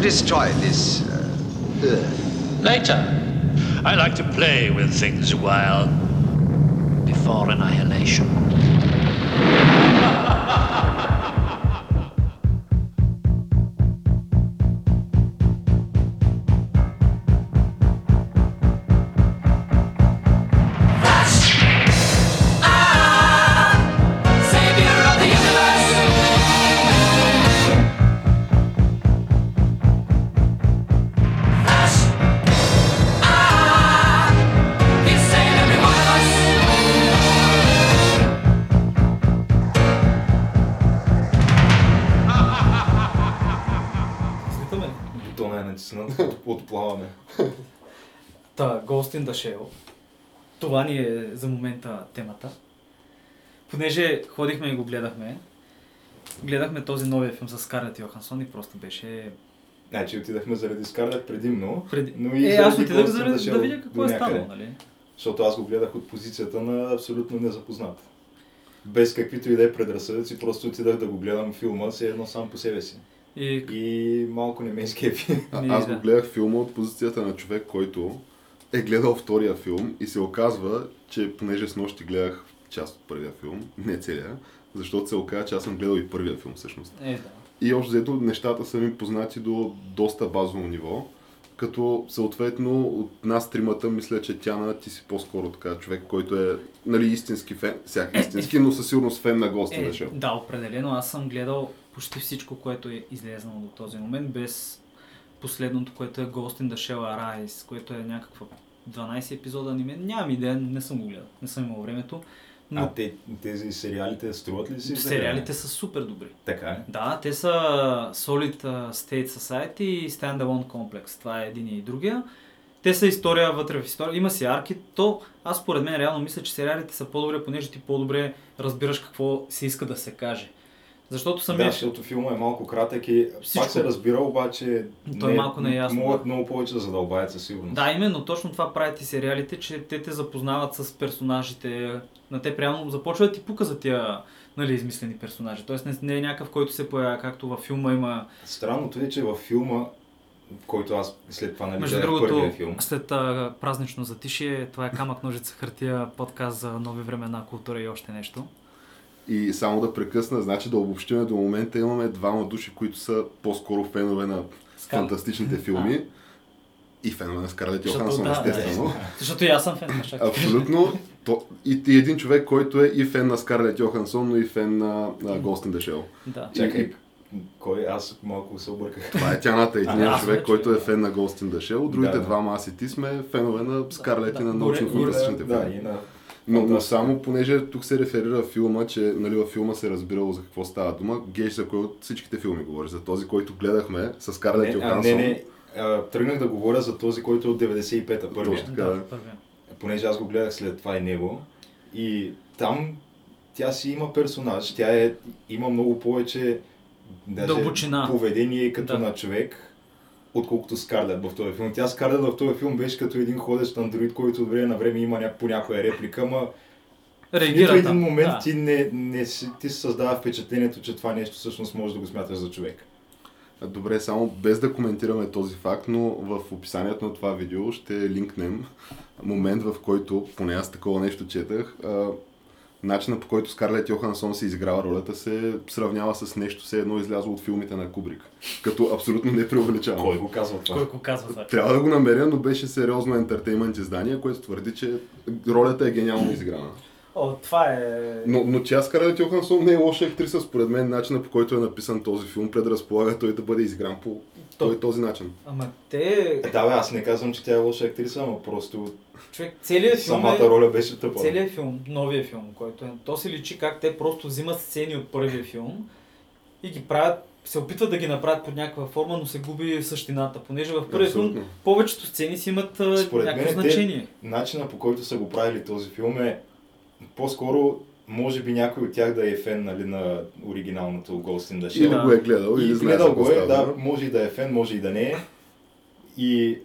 destroy this. Uh, Later. I like to play with things a while. Before annihilation. Светаме. Бутона е натиснат, от- отплаваме. Та, Ghost in the Shell. Това ни е за момента темата. Понеже ходихме и го гледахме, гледахме този новия филм с Скарлет Йохансон и просто беше... Значи отидахме заради Скарлет предимно, Преди... но и е, заради аз отидах Ghost за in the Shell да видя какво е донякъде. станало, нали? Защото аз го гледах от позицията на абсолютно незапознат. Без каквито и да е предразсъдъци, просто отидах да го гледам филма, все едно сам по себе си. И... И малко не ме е изкепи. А, Ми, аз да. го гледах филма от позицията на човек, който е гледал втория филм и се оказва, че понеже с нощи гледах част от първия филм, не целия, защото се оказа, че аз съм гледал и първия филм всъщност. Е, да. И общо взето нещата са ми познати до доста базово ниво, като съответно от нас тримата мисля, че Тяна ти си по-скоро така човек, който е нали, истински фен, всяк истински, но със сигурност фен на гости Е, беше. да, определено. Аз съм гледал почти всичко, което е излезнало до този момент, без последното, което е Ghost in the Shell Arise, което е някаква 12 епизода аниме. Нямам идея, не съм го гледал. Не съм имал времето. Но А те, тези сериалите струват ли си? за сериалите са супер добри. гледане? Така е. Да, те са Solid а, State Society и Standalone Complex. Това е един и другия. Те са история вътре в история. Има си арки. То, аз според мен реално мисля, че сериалите са по-добре, понеже ти по-добре разбираш какво се иска да се каже. Защото Да, самия... защото филма е малко кратък и Всичко. пак се разбира, обаче Той е малко неясно. могат много повече да задълбаят със сигурност. Да, именно точно това правят и сериалите, че те те запознават с персонажите. На те реално започва да ти пука за тия нали, измислени персонажи. Тоест не, не е някакъв, който се появява, както във филма има. Странното е, че във филма, в който аз след това нали, Между гледах другото, първия филм, след а, празнично затишие, това е камък, ножица, хартия, подкаст за нови времена, култура и още нещо. И само да прекъсна, значи да обобщиме до момента имаме двама души, които са по-скоро фенове на Скарлет. фантастичните филми. И фенове на Скарлет Защото Йохансон, да, да, естествено. Защото и аз съм фен на шак. Абсолютно. То, и, и един човек, който е и фен на Скарлет Йохансон, но и фен на, на Ghost in the Shell. Да. чакай, кой аз малко се обърках. Това е тяната. Единият аз човек, вече- който е фен на Ghost in the Shell, другите да. двама аз и ти сме фенове на Скарлет и да. на научно-фантастичните да, филми. и на Но, но Да. само понеже тук се реферира филма, че нали, във филма се разбирало за какво става дума, геш за кой от всичките филми говори, за този, който гледахме с Скарлет Не, а, Йохансон. не, не. А, тръгнах да говоря за този, който е от 95-та, първия. Точно. Да, така, да. първия. Понеже аз го гледах след това и него. И там тя си има персонаж. Тя е, има много повече даже Дълбочина. поведение като Да. на човек, отколкото Скарлет в този филм. Тя Скарлет в този филм беше като един ходещ андроид, който от време на време има ня... по някоя реплика, ма в нито Реагира един там. момент да. ти, не, не, си- ти си създава впечатлението, че това нещо всъщност можеш да го смяташ за човек. Добре, само без да коментираме този факт, но в описанието на това видео ще линкнем момент, в който, поне аз такова нещо четах, а, начина по който Скарлет Йохансон си изиграва ролята се сравнява с нещо все едно излязло от филмите на Кубрик. Като абсолютно не преувеличавам. Кой го казва това? Кой го казва това? Трябва да го намеря, но беше сериозно ентертеймент издание, което твърди, че ролята е гениално изиграна. О, това е... Но, но че аз Скарлет Йохансон не е лоша актриса, според мен начина по който е написан този филм предразполага той да бъде изигран по той, този начин. Ама те... Е, Да, бе, аз не казвам, че тя е лоша актриса, но просто Човек, целият филм самата е... роля беше тъпа. Целият филм, новия филм, който е, то се личи как те просто взимат сцени от първия филм и ги правят, се опитват да ги направят под някаква форма, но се губи същината, понеже в първия филм Абсолютно. повечето сцени си имат а, Според някакво мен те- значение. Начина по който са го правили този филм е по-скоро може би някой от тях да е фен нали, на оригиналното Ghost in the Или Shell. го е гледал, или И знае за гледал какво го е, става да, дума. може и да е фен, може и да не е. И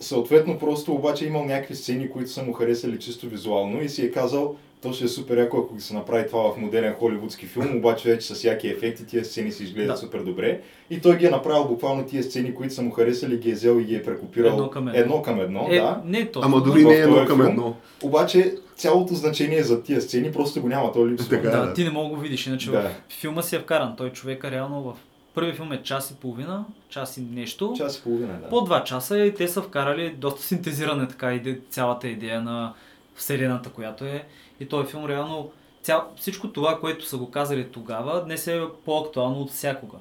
съответно просто обаче имал някакви сцени, които са му харесали чисто визуално и си е казал, То ще е супер яко, ако се направи това в модерен холивудски филм, обаче вече с яки ефекти тия сцени се изглеждат Да. супер добре. И той ги е направил буквално тия сцени, които са му харесали, ги е взел и ги е прекопирал Едно към едно. едно, към едно е, да. не е точно. Ама дори в не е този едно към филм. едно. Обаче цялото значение за тия сцени просто го няма, то липсва. Така. Да, да. ти не мога го видиш, иначе Да. в филма си е вкаран. Той човека реално в първия филм е час и половина, час и нещо. Час и половина, да. По два часа и те са вкарали доста синтезиране така иде, цялата идея на вселената, която е. И този филм реално цял, всичко това, което са го казали тогава, днес е по-актуално от всякога.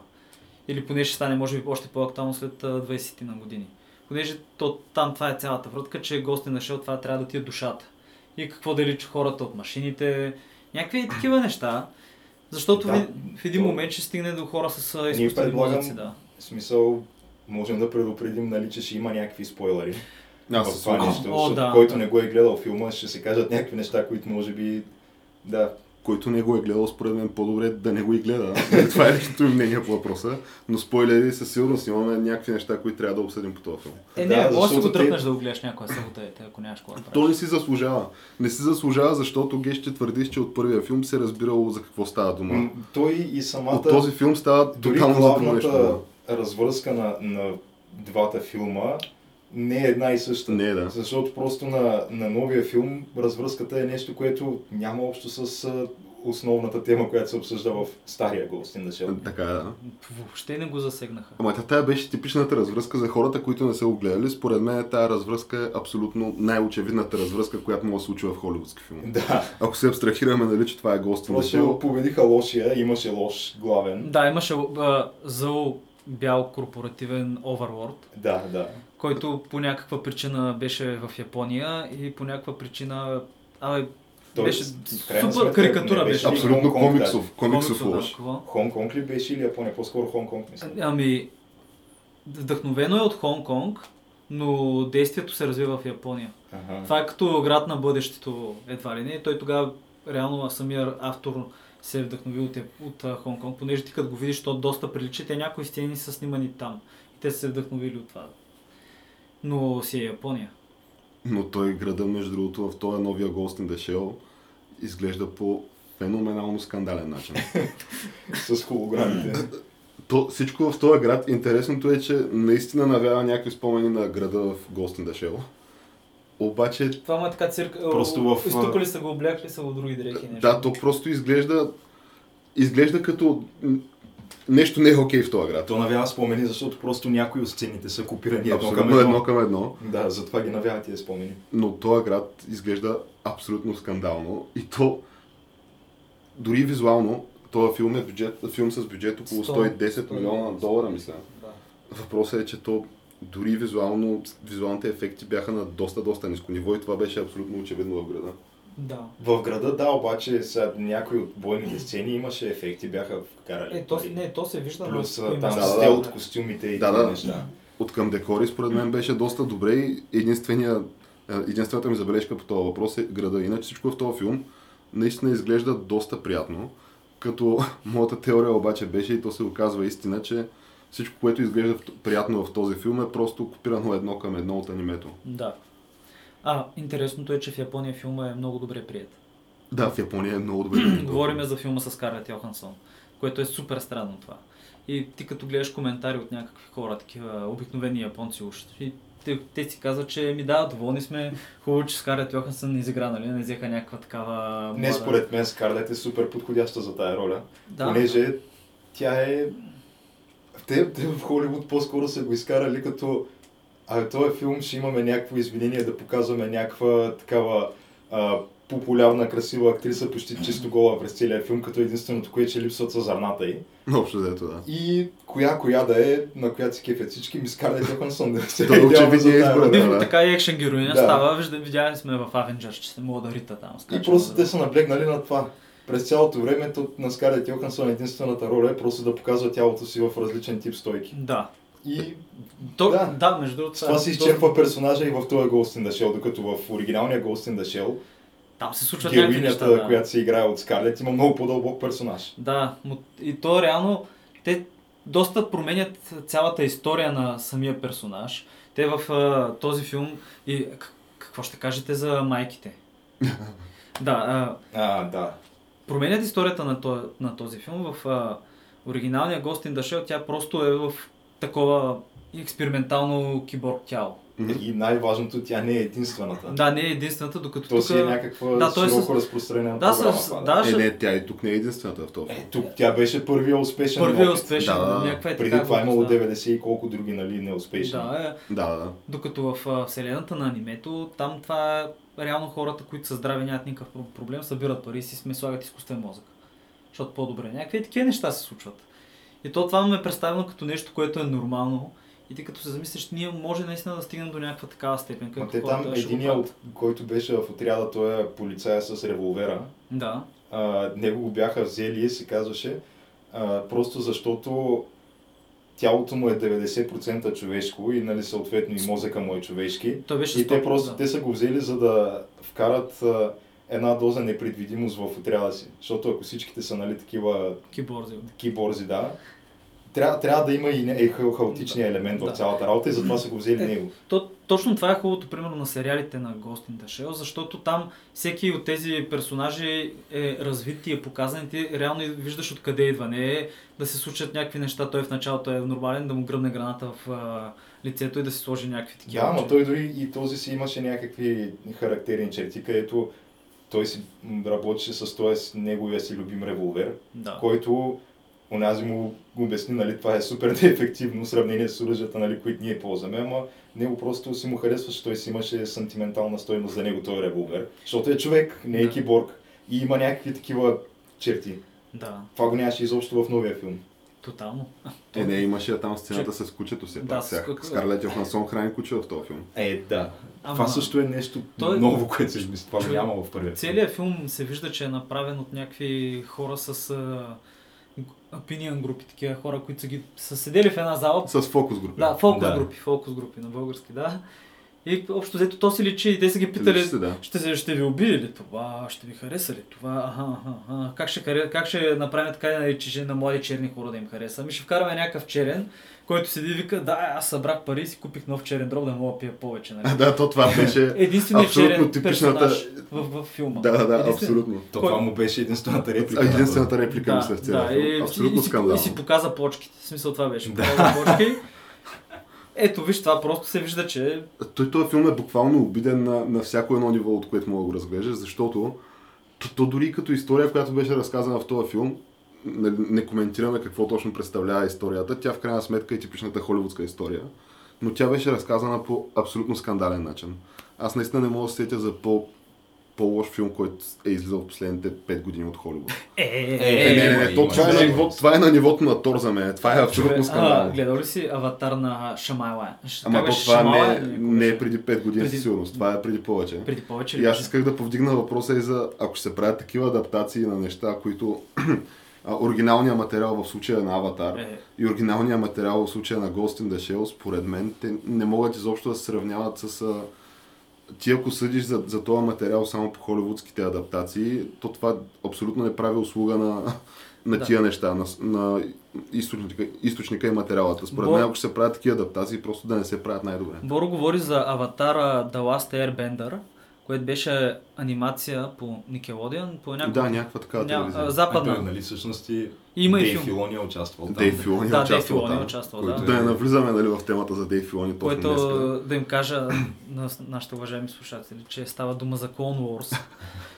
Или поне ще стане, може би, още по-актуално след а, 20-ти на години. Понеже то, там това е цялата врътка, че гост е нашъл, това трябва да ти е душата. И какво да личи хората от машините, някакви такива неща. Защото Да, да, в един то- момент ще стигне до хора с а, Ние изкуствени мозъци. предлагам, Да. в смисъл, можем да предупредим, нали, че ще има някакви спойлери. Аз в се това слушам, нещо, О, защото да. който не го е гледал филма, ще се кажат някакви неща, които може би... Да, който не го е гледал, според мен по-добре да не го и гледа. Нали, Това е личното ми мнение по въпроса. Но спойлери със сигурност имаме някакви неща, които трябва да обсъдим по този филм. Е, не, Да, може да защото си те- го тръпнеш да го гледаш някоя събота, е, те, ако нямаш кола. То не си заслужава. Не си заслужава, защото Геш ще твърдиш, че от първия филм се е разбирало за какво става дума. м, той и самата... От този филм става дори тотално за друго нещо. главната да. развръзка на, на двата филма не е една и съща. Не е, да. Защото просто на, на новия филм развръзката е нещо, което няма общо с а, основната тема, която се обсъжда в стария Ghost in the Shell. Така е, да. Въобще не го засегнаха. Ама тя тая беше типичната развръзка за хората, които не са го гледали. Според мен тая развръзка е абсолютно най-очевидната развръзка, която мога да се случи в холивудски филм. Да, Ако се абстрахираме, нали, че това е Ghost in the просто Shell, победиха лошия, имаше лош главен. Да, имаше а, зъл бял корпоративен оверлорд, Да, да. който по някаква причина беше в Япония и по някаква причина... Абе, беше в крайна супер сметка карикатура не беше. ли абсолютно Хонг-Конг, да? комиксов, е комиксов комиксов, да, лош. какво? Хонг-Конг ли беше или Япония? По-скоро Хонг-Конг мисля. Ами, вдъхновено е от Хонг Конг, но действието се развива в Япония. Ага. Това е като град на бъдещето, едва ли не. Той тогава, реално самия автор се е вдъхновил от, Яп- от а, Хонг-Конг, понеже ти като го видиш, то доста прилича. Те някои сцени са снимани там. И те са се вдъхновили от това. Но си е Япония. Но той града, между другото, в този новия Ghost in the Shell изглежда по феноменално скандален начин. С холограмите. То, всичко в този град, интересното е, че наистина навява някакви спомени на града в Ghost in the Shell. Обаче, Това му е така цирка. Просто в, а- Изтукали са го, облякли са го други дрехи. Нещо. да, то просто изглежда, изглежда като м, нещо не е окей в този град. То навява спомени, защото просто някои от сцените са копирани едно към Абсолютно едно едно. към едно, Да, затова ги навява тия спомени. но този град изглежда абсолютно скандално и то дори визуално този филм е бюджет, филм с бюджет около 100, 110 милиона долара, мисля. Да. Въпросът е, че то дори визуално, визуалните ефекти бяха на доста, доста ниско ниво и това беше абсолютно очевидно в града. да. В града, да, обаче са някои от бойните сцени имаше ефекти, бяха вкарали. Е, то, пари. не, то се вижда. Плюс но- а, има- там да, стил да. от костюмите и Да, тия да. неща. От към декори, според мен, беше доста добре и единствения, е, единствената ми забележка по този въпрос е града. Иначе всичко в този филм наистина изглежда доста приятно, като моята теория обаче беше и то се оказва истина, че всичко, което изглежда в- приятно в този филм е просто копирано едно към едно от анимето. Да. А, интересното е, че в Япония филма е много добре прият. Да, в Япония е много добре. Говориме за филма с Скарлет Йохансон, което е супер странно това. И ти като гледаш коментари от някакви хора, такива обикновени японци уж, и те, те си казват, че ми да, доволни сме, хубаво, че Скарлет Йохансон не изигра, нали, не взеха някаква такава... Не, млада- според мен Скарлет е супер подходяща за тая роля. Да. Понеже тя е... Те, те в Холивуд по-скоро са го изкарали като... А този филм ще имаме някакво извинение да показваме някаква такава а, популярна, красива актриса, почти чисто гола през целия филм, като единственото, което че липсват са зърната й. Общо взето, да. И коя коя да е, на която се кефят всички, ми Скарлет Йоханссон да се Да, очевидно е избора, роля. да. Дивно така и екшен героиня Да. става, вижда, видяли сме в Avengers, че се мога да рита там. И скача, просто да- те са наблегнали на това. През цялото време то- на Скарлет Йоханссон единствената роля е просто да показва тялото си в различен тип стойки. Да. И То, Да. да. да, между другото. С това се доста- изчерпва персонажа и в този Ghost in the Shell, докато в оригиналния Ghost in the Shell Там се случват някакви неща. героинята, Да. която се играе от Скарлет, има много по-дълбок персонаж. Да, му- и то реално, те доста променят цялата история на самия персонаж. Те в а, този филм, и к- какво ще кажете за майките? Да, а, А, да. променят историята на, то, на този филм. В а, оригиналния Ghost in the Shell тя просто е в такова експериментално киборг тяло. И най-важното, тя не е единствената. Да, не е единствената, докато То си е тука- някаква Да, да, той е с- широко разпространена Да, програма. с- това, да, Е, ще- не, тя и тук не е единствената в този Е, филм. тук тя беше първия успешен първия опит. успешен, Да, да, да. някаква е Преди така това е глупост, имало да. 90 и колко други, нали, неуспешни. Да, е, Да, да. докато в а, вселената на анимето, там това е реално хората, които са здрави, нямат никакъв про- проблем, събират пари и си сме слагат изкуствен мозък. Защото по-добре. е Някакви такива неща се случват. И то това ме е представено като нещо, което е нормално. И ти като се замислиш, ние може наистина да стигнем до някаква такава степен. Ма където те там хората ще го единия, правят. от- който беше в отряда, той е полицая с револвера. Да. а, него го бяха взели, се казваше, а, просто защото тялото му е 90% човешко и нали, съответно и мозъка му е човешки. Той беше И те стоп, просто да. те са го взели, за да вкарат а, една доза непредвидимост в отряда си. Защото ако всичките са нали, такива Киборзи. киборзи, да, трябва, трябва да има и не- е, ха- хаотичния елемент Да. в цялата работа и затова са го взели Е, него. То, точно това е хубавото, примерно, на сериалите на Ghost in the Shell, защото там всеки от тези персонажи е развит и е показан и ти реално виждаш откъде идва. Не е да се случат някакви неща, той в началото е нормален, да му гръмне граната в а, лицето и да се сложи някакви такива. Да, но че- той дори и този си имаше някакви характерни черти, където той си м, работеше с този неговия си любим револвер, Да. който онази му го обясни, нали, това е супер неефективно в сравнение с оръжията, нали, които ние ползваме, ама него просто си му харесваше, той си имаше сантиментална стойност за него този револвер, защото е човек, не е Да. киборг и има някакви такива черти. Да, Това го нямаше изобщо в новия филм. тотално. Е, не, имаше я там сцената с кучето си. Да, Да, с с куку- Скарлет Йохансон храни куче в този филм. Е, да. Ама- Това също е нещо Той- ново, което се измисли. Това го Чу- няма в първия. филм. Целият филм се вижда, че е направен от някакви хора с а, opinion групи, такива хора, които са, ги, са седели в една зала, С фокус групи. Да, фокус Да. групи, фокус групи на български, да. И общо взето то си личи и те са ги Питали... питали, Се, да. ще, се- ще ви убие ли това, ще ви хареса ли това, аха, аха, аха. Как, ще, харе- как ще направим така, нали, че ще на млади черни хора да им хареса? Ми ще вкараме някакъв черен, който седи и вика, да, аз събрах пари и си купих нов черен дроб, да мога да пия повече. Нали? А, да, то това беше... Единственият абсолютно черен типичната- персонаж в, в филма. да, да, да, Единствен- абсолютно. То Кой- това му беше единствената реплика. А, на единствената реплика ми се в да, целия и- филм. и, Абсолютно си- И си скандално. показа почките. В смисъл това беше. Показа почки. Ето, виж, това просто се вижда, че Той този филм е буквално обиден на, на всяко едно ниво, от което мога да го разглеждаш, защото то, то дори като история, която беше разказана в този филм, не, не коментираме какво точно представлява историята. Тя в крайна сметка е типичната холивудска история, но тя беше разказана по абсолютно скандален начин. Аз наистина не мога да се сетя за по, по-лош филм, който е излизал в последните 5 години от Холивуд. Е, е, Е, Е, не, не, има, не, има, то, това, е има. на ниво, това е на нивото на Тор за мен. Това е абсолютно а, скандално. гледал ли си аватар на Шамайла? Ш- Ама как то беше? това Шамала не, или какво не беше? е преди 5 години Преди- със сигурност, това е преди повече. преди повече ли? И аз беше? исках да повдигна въпроса и за, ако ще се правят такива адаптации на неща, които а, оригиналният материал в случая на Аватар Е. и оригиналният материал в случая на Ghost in the Shell, според мен, те не могат изобщо да се сравняват с... А, ти ако съдиш за, за този материал само по холивудските адаптации, то това абсолютно не прави услуга на, на Да. тия неща, на, с- на източника, източника и материалата. Според Бо- мен, ако ще се правят такива адаптации, просто да не се правят най-добре. Боро говори за аватара The Last Airbender, което беше анимация по Никелодиан, по някаква... Да, някаква такава ня... телевизия. е а, А той, западна. нали, всъщност и Има и Дейв филм. Филони е участвал там. Дейв Филони Да, Дейв е участвал Филони е там. участвал, който- да. да. не навлизаме нали, в темата за Дейв Филони точно Което днеска. да им кажа на с- нашите уважаеми слушатели, че става дума за Clone Wars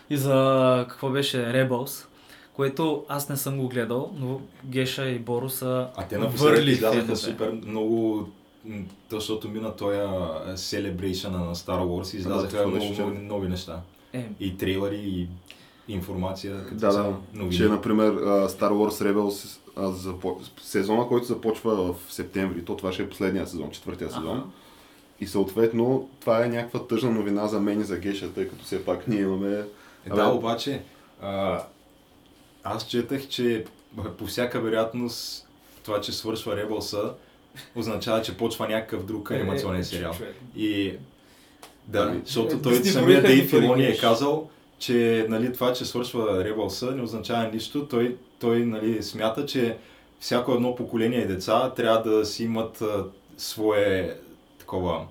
и за какво беше Rebels, което аз не съм го гледал, но Геша и Боро са А те напоследък върли излязаха фенове. супер много, м, то, защото мина този Celebration на Star Wars и Да, излязаха това е много, беше много, вчера. нови неща. Е, И трейлери, и информация, като Да, да. цяло, новини. Че, е например, а, Star Wars Rebels а, запо... сезона, който започва в септември, то това ще е последния сезон, четвъртия сезон. Аха. И съответно, това е някаква тъжна новина за мен и за Геша, тъй като все пак ние имаме... Е, Абе, да, обаче, а, аз четах, че по всяка вероятност това, че свършва Ребълса, означава, че почва някакъв друг Е, е, анимационен сериал. човек. И да, Ами, защото е, той Дисни самия броиха ни Дейв Филони е пари, казал, че нали, това, че свършва Ребълса, не означава нищо. Той, той нали, смята, че всяко едно поколение деца трябва да си имат а, свое такова...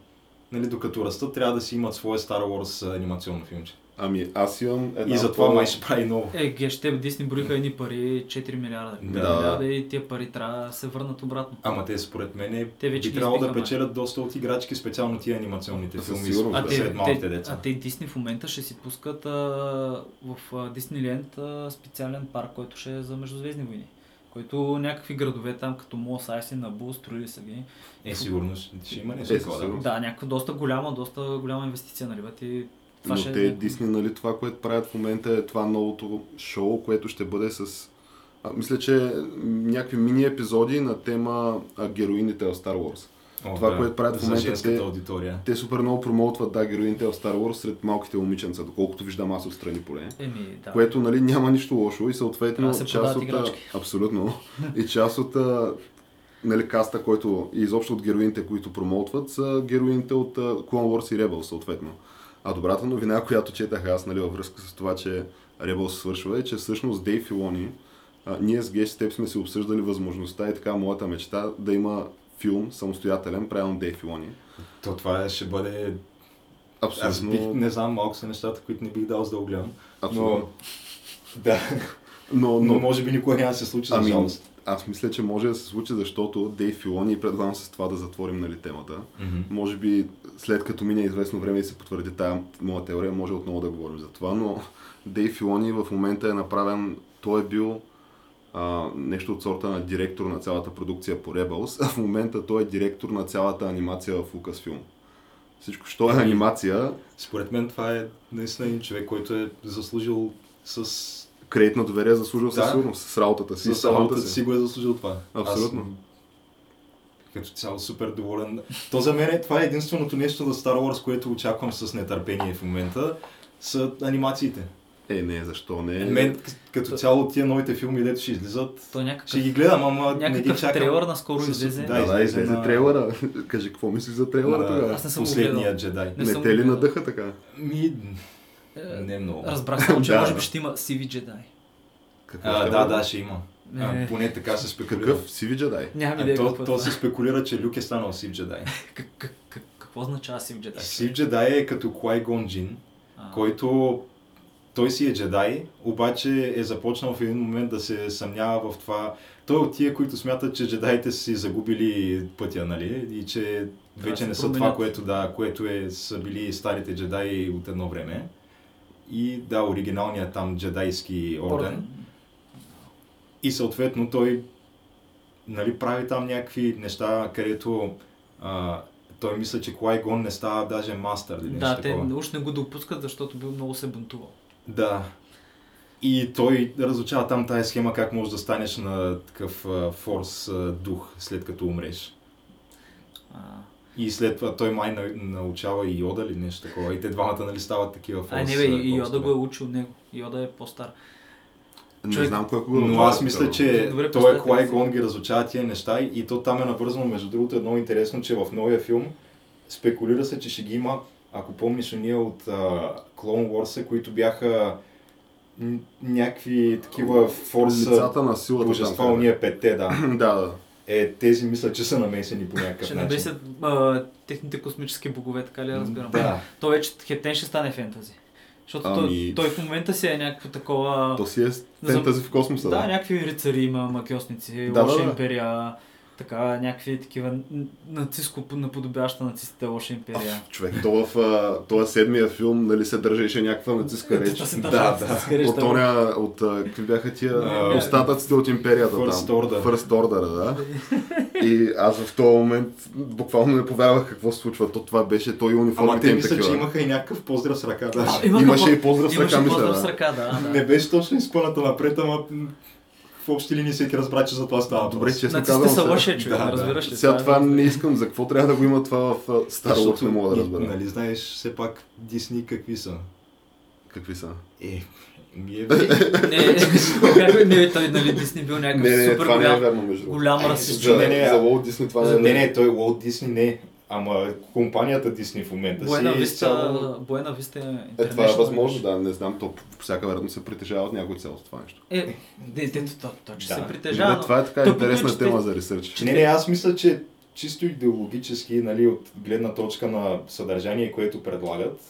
Нали, докато растат, трябва да си имат свое Star Wars анимационно филмче. Ами аз имам една... И затова по- май ще прави много. Е, геш, те Дисни броиха едни пари, 4 милиарда. Да. милиарда и тия пари трябва да се върнат обратно. Ама те според мен Те вече би ги трябвало да избиха, май. печелят доста от играчки, специално тия анимационните Със филми сигурност, А да. те, сред малките те, а деца. те Дисни в момента ще си пускат а, в а, Дисниленд а, специален парк, който ще е за Междузвездни войни. Който някакви градове там, като Мос Айсен, Набу, строили са ги. Е, сигурно ще- ще има нещо Е, такова. със да. сигурност. Да, някаква доста голяма, доста голяма инвестиция, нали бе? Ти, това Но ще е те някакво- Дисни, нали, това, което правят в момента е това новото шоу, което ще бъде с... А, мисля, че някакви мини епизоди на тема а, героините в Star Wars. О, Това, да. което правят в За момента, женската те- аудитория. Те супер много промоутват, да, героините в Star Wars сред малките момиченца, доколкото виждам аз отстрани поне. Еми, да. Което нали, няма нищо лошо и Трябва съответно да се част продават от... играчки. Абсолютно. И част от а, нали, каста, който и изобщо от героините, които промоутват, са героините от а, Clone Wars и Rebels съответно. А добрата новина, която четах аз нали, във връзка с това, че Rebels свършва е, че всъщност Дейв Филони, а, ние с Геш с теб сме си обсъждали възможността и така моята мечта да има филм самостоятелен, правилно Дейв Филони. То това е- ще бъде... Аз Абсолютно. бих, не знам, малко са нещата, които не бих дал за да го гледам. Абсолютно. Но... Да, Но, но но, може би никога няма да се случи, за Ами, жалост. аз мисля, че може да се случи, защото Дейв Филони, и предлагам с това да затворим нали, темата. Може би след като мине известно време и се потвърди тази моя теория, може отново да говорим за това, но Дейв Филони в момента е направен, той е бил а, нещо от сорта на директор на цялата продукция по Rebels, а в момента той е директор на цялата анимация в Lucasfilm. Всичко, що Ами. е анимация, Според мен това е наистина един човек, който е заслужил с... кредитно доверие заслужил със Да. сигурност, с работата си. С работата си го е заслужил това. Абсолютно. Аз съм като цяло супер доволен. То за мен е, това е единственото нещо на Star Wars, което очаквам с нетърпение в момента, са анимациите. Е, не, защо не? е, Мен к- като цяло тия новите филми, дето ще излизат, То някакъв, ще ги гледам, ама не ги някакъв чакам. трейлър наскоро С- излезе. Да, Да, да, излезе излезе на- трейлъра. Кажи, какво мислиш за трейлъра на тогава? Аз не съм го последния гледал. джедай. не Не съм те ли гледал. надъха така? Ми, Е, не много. Разбрах само, че Да, може да. би ще има сиви джедай. Какво А, ще да, бъде? да, ще има. Е. А, поне така се спекулира. Какъв сиви джедай? Нямам А, идея то, какво е то това. се спекулира, че Люк е станал Сив Джедай. Как- как- как- Какво означава сив джедай? Сив Джедай е като Куай Гон Джин, А. който той си е джедай, обаче е започнал в един момент да се съмнява в това. Той е от тия, които смятат, че джедаите са си загубили пътя, нали? И че да вече се не са променят. това, което, да, което е, са били старите джедаи от едно време. И да, оригиналният там джедайски орден. И съответно той нали, прави там някакви неща, където а, той мисля, че Куай Гон не става даже мастър или нещо Да, те такова. уж не го допускат, защото бил много се бунтувал. Да. И той разучава там тая схема как можеш да станеш на такъв а, форс а, дух след като умреш. А, И след това той май на- научава и Йода или нещо такова. И те двамата нали стават такива форс. а не бе, а, и Йода форс- го е учил него. Йода е по-стар. Не Човек- знам кой е го Но аз мисля, че Добре, той е представете Клай си. Гон ги разучава тия неща и и то там е навързано, между другото, едно интересно, че в новия филм спекулира се, че ще ги има, ако помниш, уния от а, Clone Wars, които бяха м, някакви такива форса, Лицата на силата там. е. божества, уния петте, да. трябва. Да, да. Е, тези мисля, че са намесени по някакъв Ще начин. намесят а, техните космически богове, така ли я разбирам? Да. Той вече хептен ще стане фентази. Защото Ами- той, той в момента си е някакво такова... То си е фентази в космоса. Да, някакви рицари има, макиосници, Да, да, да, лоша да. империя, така, някакви такива н- нацистско наподобяща нацистите лоша империя. Човек, то в а, този седмия филм нали, се държеше някаква нацистска реч. Та се държа да, с е. да. скреща. От оня, от а, какви бяха тия А, остатъците от империята First там. Order. First Order, да. И аз в този момент буквално не повярвах какво се случва. То това беше той и Ама униформите те им мисля, че такива. имаха и някакъв поздрав с ръка. Да. Има Имаше какво- и поздрав с ръка, Имаше мисля, поздрав да. с ръка, да. да. Не беше точно изпъната напред, ама м, в общи линии всеки разбра, че за това става. въпрос. Добре, честно Нацистите казвам. са сега- лошия човек, Да, да. разбираш ли? Сега това е- не искам. За какво трябва да го има това в а, Star Wars? Защото, Не мога да и- разбера. Нали знаеш все пак Дисни какви са? Какви са? Е, ми е... Не, не, не, бе, той нали Дисни бил някакъв Не, не, не, супер това не е голям, верно, между другото. голям расист. човек. За, Не, не, за а- Walt Disney това не е не, верно. не, той Walt Disney не. Ама компанията Дисни в момента си Буена е Виста, изцяло... Буена Виста е Е, това е възможно, да, не знам, то по всяка вероятност се притежава от някой цялото това нещо. Е, детето, то, то, че Да. се притежава. Да, това е така то интересна приключи- тема за ресърч. Не, не, аз мисля, че чисто идеологически, нали, от гледна точка на съдържание, което предлагат,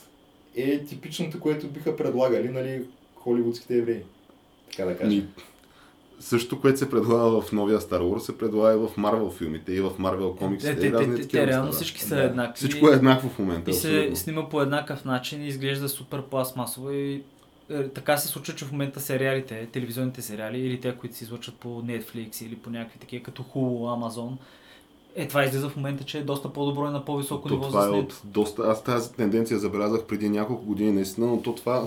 е типичното, което биха предлагали, нали, холивудските евреи. Така да кажа. Ми, също, което се предлага в новия Star Wars, се предлага и в Марвел филмите, и в Марвел комиксите. Е, Те, и те, разни те, те, такива те реално неща, да. всички са Да. еднакви. Всичко е еднакво в момента. И се абсолютно. снима по еднакъв начин и изглежда супер пластмасово и е, така се случва, че в момента сериалите, телевизионните сериали или те, които се излъчват по Netflix или по някакви такива, като Hulu, Amazon, е това излиза в момента, че е доста по-добро и на по-високо То ниво това за е снето. от доста... Аз тази тенденция забелязах преди няколко години наистина, но то това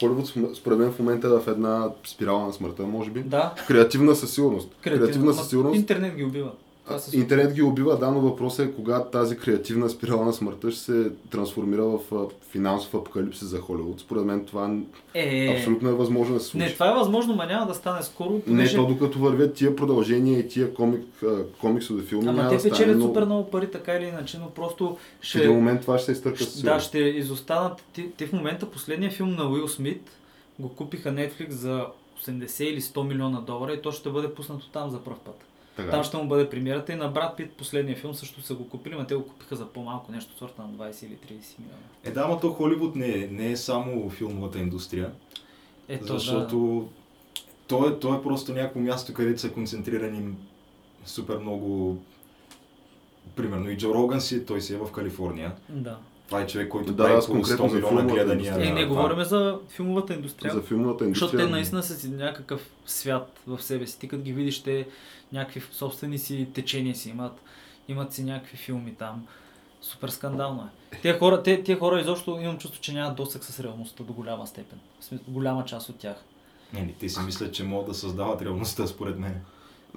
Холивуд см- според мен в момента е в една спирала на смъртта, може би. Да, Креативна със сигурност. Креативна, ма със сигурност. Интернет ги убива. Това се случва. Интернет ги убива, да, но въпросът е кога тази креативна спирала на смъртта ще се трансформира в а, финансов апокалипсис за Холивуд. Според мен това н- Е, абсолютно е възможно да се случи. не, това е възможно, ма няма да стане скоро. Не, понеже- то докато вървят тия продължения и тия комик, а, комиксови филми, Ама няма те да стане, печелят но супер много пари, така или иначе, но просто в ще... един момент това ще се изтърка Ще- със Да, сигурност. ще изостанат. Те, те в момента последния филм на Уил Смит го купиха Netflix за 80 или 100 милиона долара и то ще бъде пуснато там за първ път. Така. Там ще му бъде премиерата и на Брат Пит последния филм също са го купили, но те го купиха за по-малко, нещо от сорта на 20 или 30 милиона. Е, да, ама то Холивуд не, е- не е само филмовата индустрия. Ето, да. защото то, е, то е просто някакво място, където са концентрирани супер много... Примерно и Джо Роган си, той си е в Калифорния. да. Това е човек, който Да, прави аз по конкретно 100 за милиона филмовата гледания. индустрия. Е, на не, това. говорим за филмовата индустрия. За филмовата индустрия. Защото те наистина са си някакъв свят в себе си. Ти като ги видиш, те някакви собствени си течения си имат. Имат си някакви филми там. Супер скандално е. Те хора, те, тия хора изобщо имам чувство, че нямат досък с реалността до голяма степен. В смисъл, Голяма част от тях. Не, не, те си мислят, че могат да създават реалността, според мен.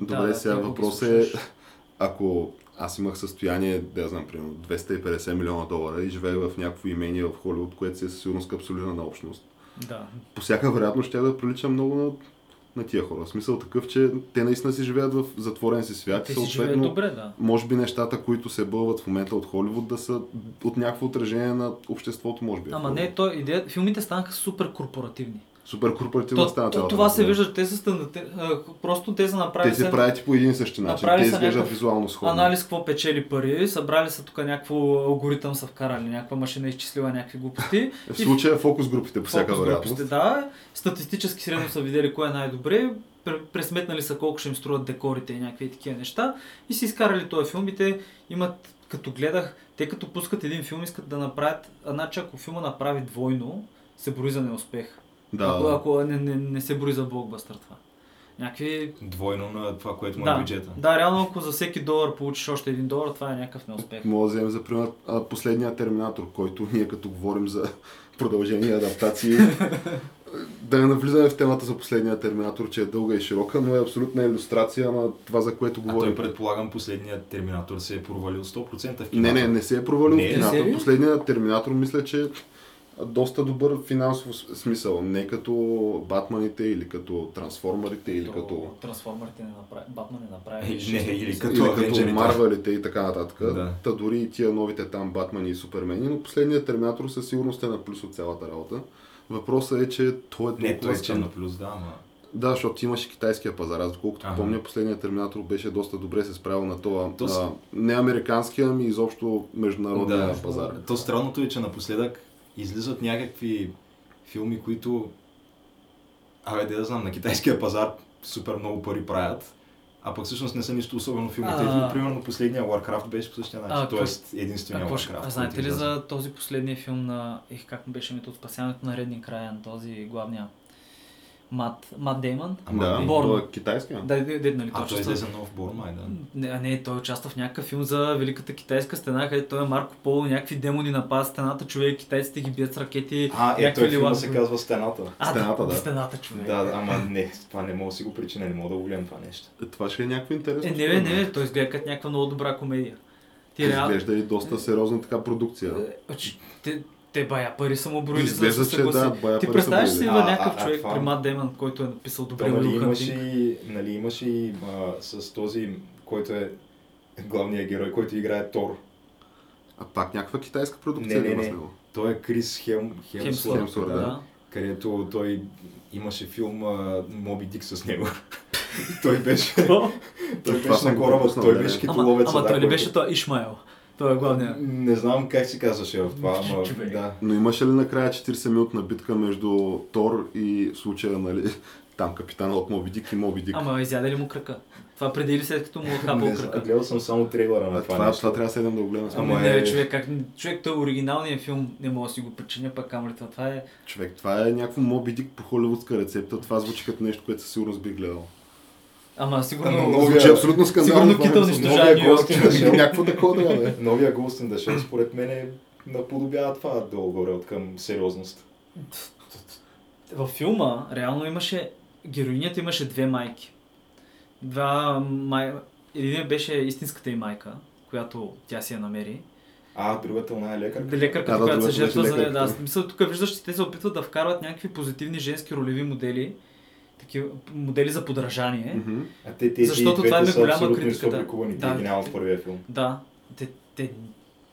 Добре, Да, сега да, ако ги въпросът е, слушаш. ако аз имах състояние, да я знам, примерно 250 милиона долара и живея в някакво имение в Холивуд, което си е със сигурност капсулирана общност, Да. по всяка вероятност ще да прилича много на, на тия хора. В смисъл такъв, че те наистина си живеят в затворен си свят. Те и си живеят добре, да. може би нещата, които се бълват в момента от Холивуд, да са от някакво отражение на обществото, може би. Ама не, то идея, филмите станаха супер корпоративни. Супер корпоративна То, стана то, цялата това се работа. вижда, те са стандарти... а, Просто те са направили... Те все- се правят и по един и същи начин. Направи Значи, Те са изглеждат някакъв визуално сходно. анализ какво печели пари, събрали са тук някакво алгоритъм са вкарали, някаква машина изчислила някакви глупости. В случая фокус групите по всяка фокус вероятност. групите, да, статистически средно са видели кое е най-добре, пр- пресметнали са колко ще им струват декорите и някакви такива неща и си изкарали този филм и те имат, като гледах, те като пускат един филм искат да направят, а, значи ако филма направи двойно, се брои за неуспех. Да, ако, да. ако не, не, не се брои за блокбъстър това. Някакви Двойно на това, което му е да, бюджета. да, реално ако за всеки долар получиш още един долар, това е някакъв неуспех. Мога да вземем за пример а, последния Терминатор, който ние като говорим за продължение, адаптации, да не навлизаме в темата за последния Терминатор, че е дълга и широка, но е абсолютна иллюстрация на това, за което А той, говорим. предполагам, последният Терминатор се е провалил 100% в кината. Не, не, не се е провалил Не е. в кината. Сериозно? Последният Терминатор мисля, че е доста добър финансов с- смисъл. Не като Батманите или като Трансформерите или като... Трансформерите не направи, Батман не направи. Е, Или, не, или като, Като или като Авенджерите. Марвелите и така нататък. Да. Да. Та дори и тия новите там Батмани и Супермени, но последният Терминатор със сигурност е на плюс от цялата работа. Въпросът е, че той е Не, той толкова е скъм. на плюс, да, ама... Да, защото имаше китайския пазар. Аз доколкото Ага. помня, последният Терминатор беше доста добре се справил на това. То с- а, не американския, ами изобщо международния Да. пазар. То странното е, че напоследък излизат някакви филми, които... Абе, де да знам, на китайския пазар супер много пари правят. А пък всъщност не са нищо особено филмите. А. Примерно последния Warcraft беше по същия начин. А, какво- Тоест единствения Какво ще... Warcraft. А знаете който ли излезе. за този последния филм на... Ех, как му беше името от спасяването на Редни Краян, този главния Мат, Мат Дейман? Ама, да, не. Борн. той е китайския. Да, де, де, нали, А, той е той излезе участва... много в Борн май, да. Не, а не, той участва в някакъв филм за Великата китайска стена, където той е Марко Поло, някакви демони нападат стената, човек, китайците ги бият с ракети, А, е, някакви той филма лила- се казва Стената. А, Стената, да. да. Стената, човек. Да, да, ама не, това не мога да си го причина, не мога да го гледам това нещо. Това ще е някакво интересно. Е, не, бе, не, бе, той изгледа като някаква много добра комедия. Ти реално... Изглежда и доста сериозна така продукция. Е, че Те, те бая пари са му броили, за да Изглежда, се че съгласи. да, бая Ти пари представяш са си броили. има А, някакъв а, а човек това- при Мат Демон, който е написал Да, добре нали, Уил имаше Хантинг. и, нали, имаше и а, с този, който е главният герой, който играе Тор. А пак някаква китайска Не, продукция не, ли има с не. него? Той е Крис Хем, Хемсворт, Хемсворт. Хемсуър, да. където той имаше филм а, Моби Дик с него. той беше, О, той Това беше съм на го кораба, пропуснал, той да, беше да. като Ама, ловец. ама да, е? той ли който- беше той Ишмаел? Той е главният. Не знам как се казваше в това, ама Човек. да. Но имаше ли накрая 40-минутна битка между Тор и в случая, нали, там капитана от Моби Дик и Моби Дик? Ама изяде ли му крака? Това преди или след като му Не отхапал знам, крака? гледал съм само трейлера А на това, това, е нещо. това трябва да седем да го гледам. Ама... Ама- Не, не, е- човек, как... човек, той оригиналният филм не мога да си го причиня, пък камерата. Това е Човек, това е някакво Моби Дик по холивудска рецепта. Това звучи като нещо, което със сигурност би гледал. Ама Ама сигурно... много Звучи Новия- абсолютно скандално. Сигурно това е Китъл нещо. унищожава новия Ню Йорк. Ghost in the Shell. Някакво такова да е. Новия Ghost in the Shell, според мен, е наподобява това долу-горе от към сериозност. Във филма реално имаше... Героинята имаше две майки. Два май... Един беше истинската и майка, която тя си я намери. А, другата она е лекарка. Лекарката, А, да, която се другата жертва беше за нея. Да, лекарката. аз мисля, тук виждаш, че те се опитват да вкарват някакви позитивни женски ролеви модели. Такива модели за подражание. Мгм. А те, те, Защото и двете това ми е са голяма абсолютно критика, да. изфабрикувани, Да. да. оригинал от първия филм. Да, те, те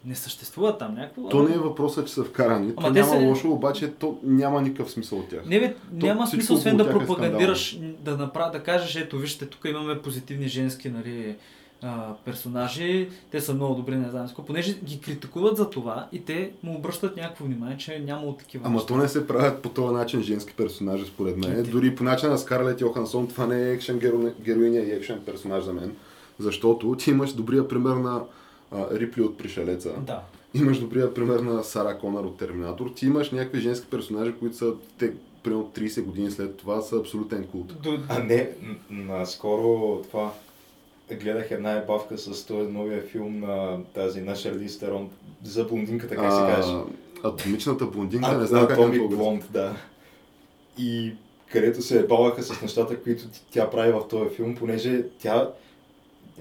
не съществуват там някакво. То не е въпросът, че са вкарани. Ама То те няма са- лошо, обаче то няма никакъв смисъл от тях. Не, бе, То няма всичко смисъл, освен около да тях е пропагандираш, да, направ, да кажеш, ето вижте, тук имаме позитивни женски нали, а, персонажи, те са много добри, не знам си какво, понеже ги критикуват за това и те му обръщат някакво внимание, че нямало такива Ама неща. то не се правят по този начин женски персонажи, според мен. Дори по начина на Скарлет Йохансон, това не е екшен геро... героиня и екшен персонаж за мен. Защото ти имаш добрия пример на а, Рипли от Пришелеца. Да. Имаш добрия пример на Сара Конър от Терминатор. Ти имаш някакви женски персонажи, които са те, примерно 30 години след това, са абсолютен култ. До, А не, н- наскоро това гледах една ебавка с този новия филм на тази на Шарли Стерон за блондинката, как се казваше. атомичната блондинка, А, не знам как е на Atomic български. Blonde, да. И където се ебаваха с нещата, които тя прави в този филм, понеже тя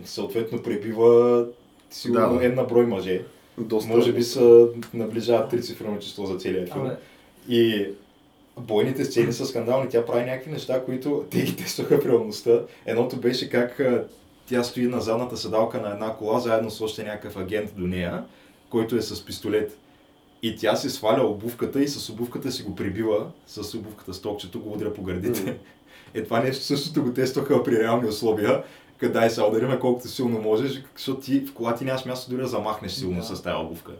съответно пребива сигурно Да, да. една брой мъже. Доста. Може би са наближават трицифрено число за целия филм. абе, И бойните сцени са скандални. Тя прави някакви неща, които те ги тестваха в реалността. Едното беше как а, тя стои на задната седалка на една кола, заедно с още някакъв агент до нея, който е с пистолет. И тя си сваля обувката и с обувката си го прибива, с обувката с токчето го удря по гърдите. Е, това нещо същото го тестваха при реални условия. Къдай се удариме колкото силно можеш, защото ти в кола ти нямаш място дори да замахнеш силно Да. с тази обувка.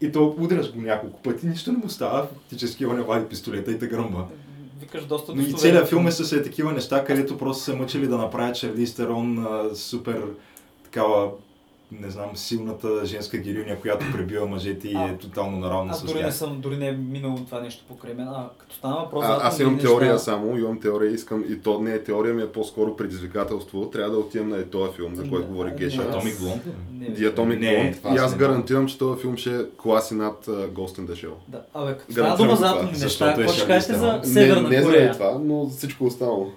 И то удряш го няколко пъти, нищо не му става, фактически он вади пистолета и те гръмва. Е, викаш доста Но и достоверно. целият филм е с е такива неща, където просто се мъчили да направят Шарли Стерон а, супер такава, не знам, силната женска героиня, която пребива мъжете и е А- тотално наравна Аз с дори не тях. съм, дори не е минало това нещо покрай мен. А като стана въпрос за А, аз атомни имам е неща- теория само, имам теория, искам и то не е теория, ми е по-скоро предизвикателство. Трябва да отидем на е този филм, за който Не, говори не, Геша. аз- Atomic Blonde? Не, бе. The Atomic Не, това Blonde. И аз аз не гарантирам, че този филм ще е класи над а, Ghost in the Shell. Да, абе, като стана Гарантирам дума за това, атомни неща, защото е какво ще Шарлиз кажете за Терон. Северна не, не Корея? заради това, но за всичко останало.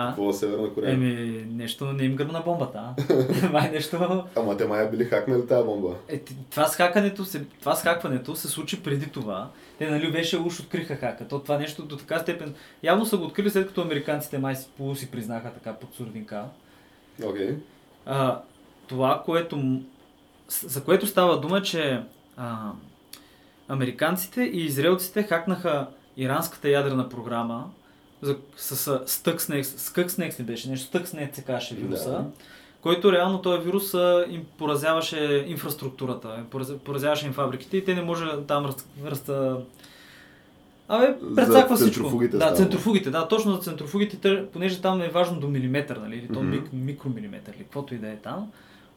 А? Какво е Северна Корея? Еми, нещо не им гръмна бомбата, а? Май нещо... Ама те май били хакнали тази бомба. Е, т- това, с хакането се, това с хакването се случи преди това. Те, нали, беше уж откриха хака. То това нещо до така степен... Явно са го открили след като американците май си полуси признаха така под сурдинка. Окей. А, това, което, м- с- за което става дума, е, че а, американците и израелците хакнаха иранската ядрена програма за, с, с Stuxnet, Stuxnet ли беше нещо, Stuxnet се казваше е вируса, Да. който реално този вирус а, им поразяваше инфраструктурата, им поразя- поразяваше им фабриките и те не може там раз, раз, а, Абе, За прецаква всичко. центрофугите Да, става. центрофугите, да, точно за центрофугите, те, понеже там е важно до милиметър, нали, или то Мгм. мик, микромилиметър, или каквото и да е там.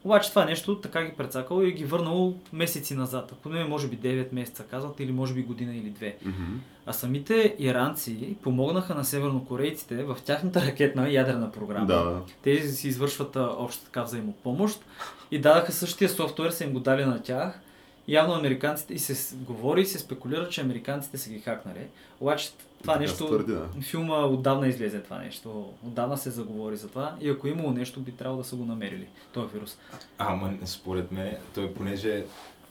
Обаче това нещо така ги прецакало и ги върнало месеци назад. Ако не, може би 9 месеца, казват, или може би година или две. Мгм. А самите иранци помогнаха на севернокорейците в тяхната ракетна ядрена програма. Да. Те си извършват а, обща така взаимопомощ и дадаха същия софтуер, са им го дали на тях. Явно американците и се с- говори и се спекулира, че американците са ги хакнали. Обаче това Така се нещо, твърди, да. филма отдавна излезе това нещо, отдавна се заговори за това и ако е имало нещо, би трябвало да са го намерили, този вирус. Ама според мен, той понеже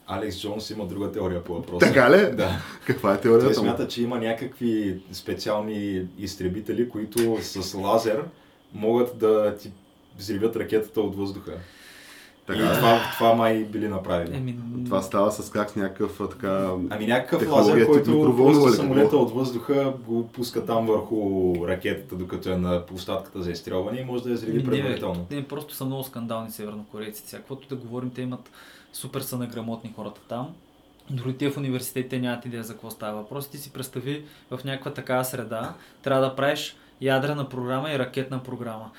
Алекс Джонс има друга теория по въпроса. Така ли? Да. Каква е Той теорията му? смята, че има някакви специални изтребители, които с лазер могат да ти взривят ракетата от въздуха. Така и е. това, това май били направили. Еми, Това става с как с някакъв а, така... Ами някакъв Технология лазер, тип който е микроволнова просто ли самолета какво? от въздуха го пуска там върху ракетата, докато е на площадката за изстрелване и може да я Ами, взриви не, бе, предварително. не, просто са много скандални севернокорейците. Сега, каквото да говорим, те имат супер са награмотни хората там. Дори те в университетите нямат идея за какво става въпрос. Ти си представи в някаква такава среда, трябва да правиш ядрена програма и ракетна програма.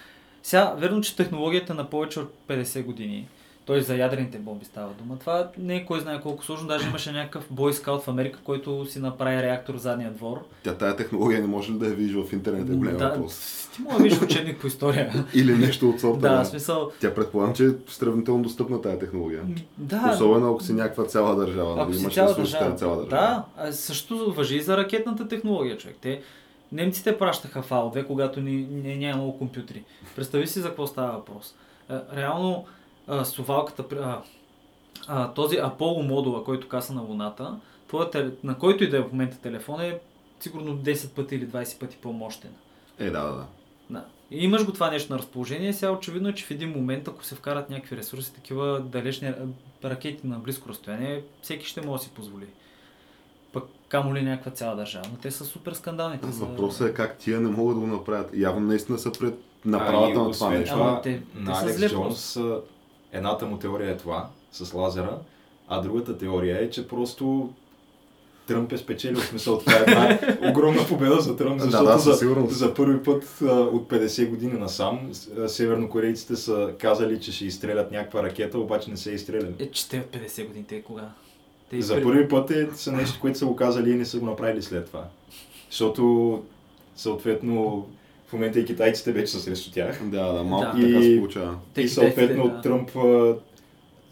Сега, верно, че технологията е на повече от 50 години, т.е. за ядрените бомби става дума, това не е кой знае колко сложно. Даже имаше някакъв бойскаут в Америка, който си направи реактор в задния двор. Тя тая технология не може ли да я видиш в интернет е голям Да, въпрос. Ти може да видиш в учебник по история. Или нещо от сорта. да, да. в смисъл, Тя предполагам, че е сравнително достъпна тая технология. ми- да, Особено ако си някаква цяла държава. Ако нали? си Имаш цяла ресурс, държава. тя е цяла държава. Да, а също въжи и за ракетната технология, човек. Те, немците пращаха фал 2, когато ни, не, нямало компютри. Представи си за какво става въпрос. А, реално, а, сувалката, при- а, а, този Аполо модула, който каса на Луната, твоя, теле- на който и да е в момента телефон е сигурно 10 пъти или 20 пъти по-мощен. Е, да, да, да. Да. И имаш го това нещо на разположение. Сега очевидно е, че в един момент, ако се вкарат някакви ресурси, такива далечни ра- ракети на близко разстояние, всеки ще може да си позволи. Пък камо ли някаква цяла държава. Но те са супер скандални. Те са... Въпросът е как тия не могат да го направят. Явно наистина са пред А, Ами, направата и на това освен нещо. Ама те- те на са Алекс зле Джонс а, едната му теория е това, с лазера, а другата теория е, че просто Тръмп е спечелил в смисъл. Това е една огромна победа за Тръмп, Да, защото да, със за, сигурност. за първи път а, от 50 години насам с- а, севернокорейците са казали, че ще изстрелят някаква ракета, обаче не са я изстреляли. Е, че те от 50 години, те кога? Те и За при- първи път е, са нещо, което са го казали и не са го направили след това. Защото, съответно, в момента и китайците вече са срещу тях. Да, да, малко Да. така се И- получава. Те и китайците, съответно да. Тръмп, а,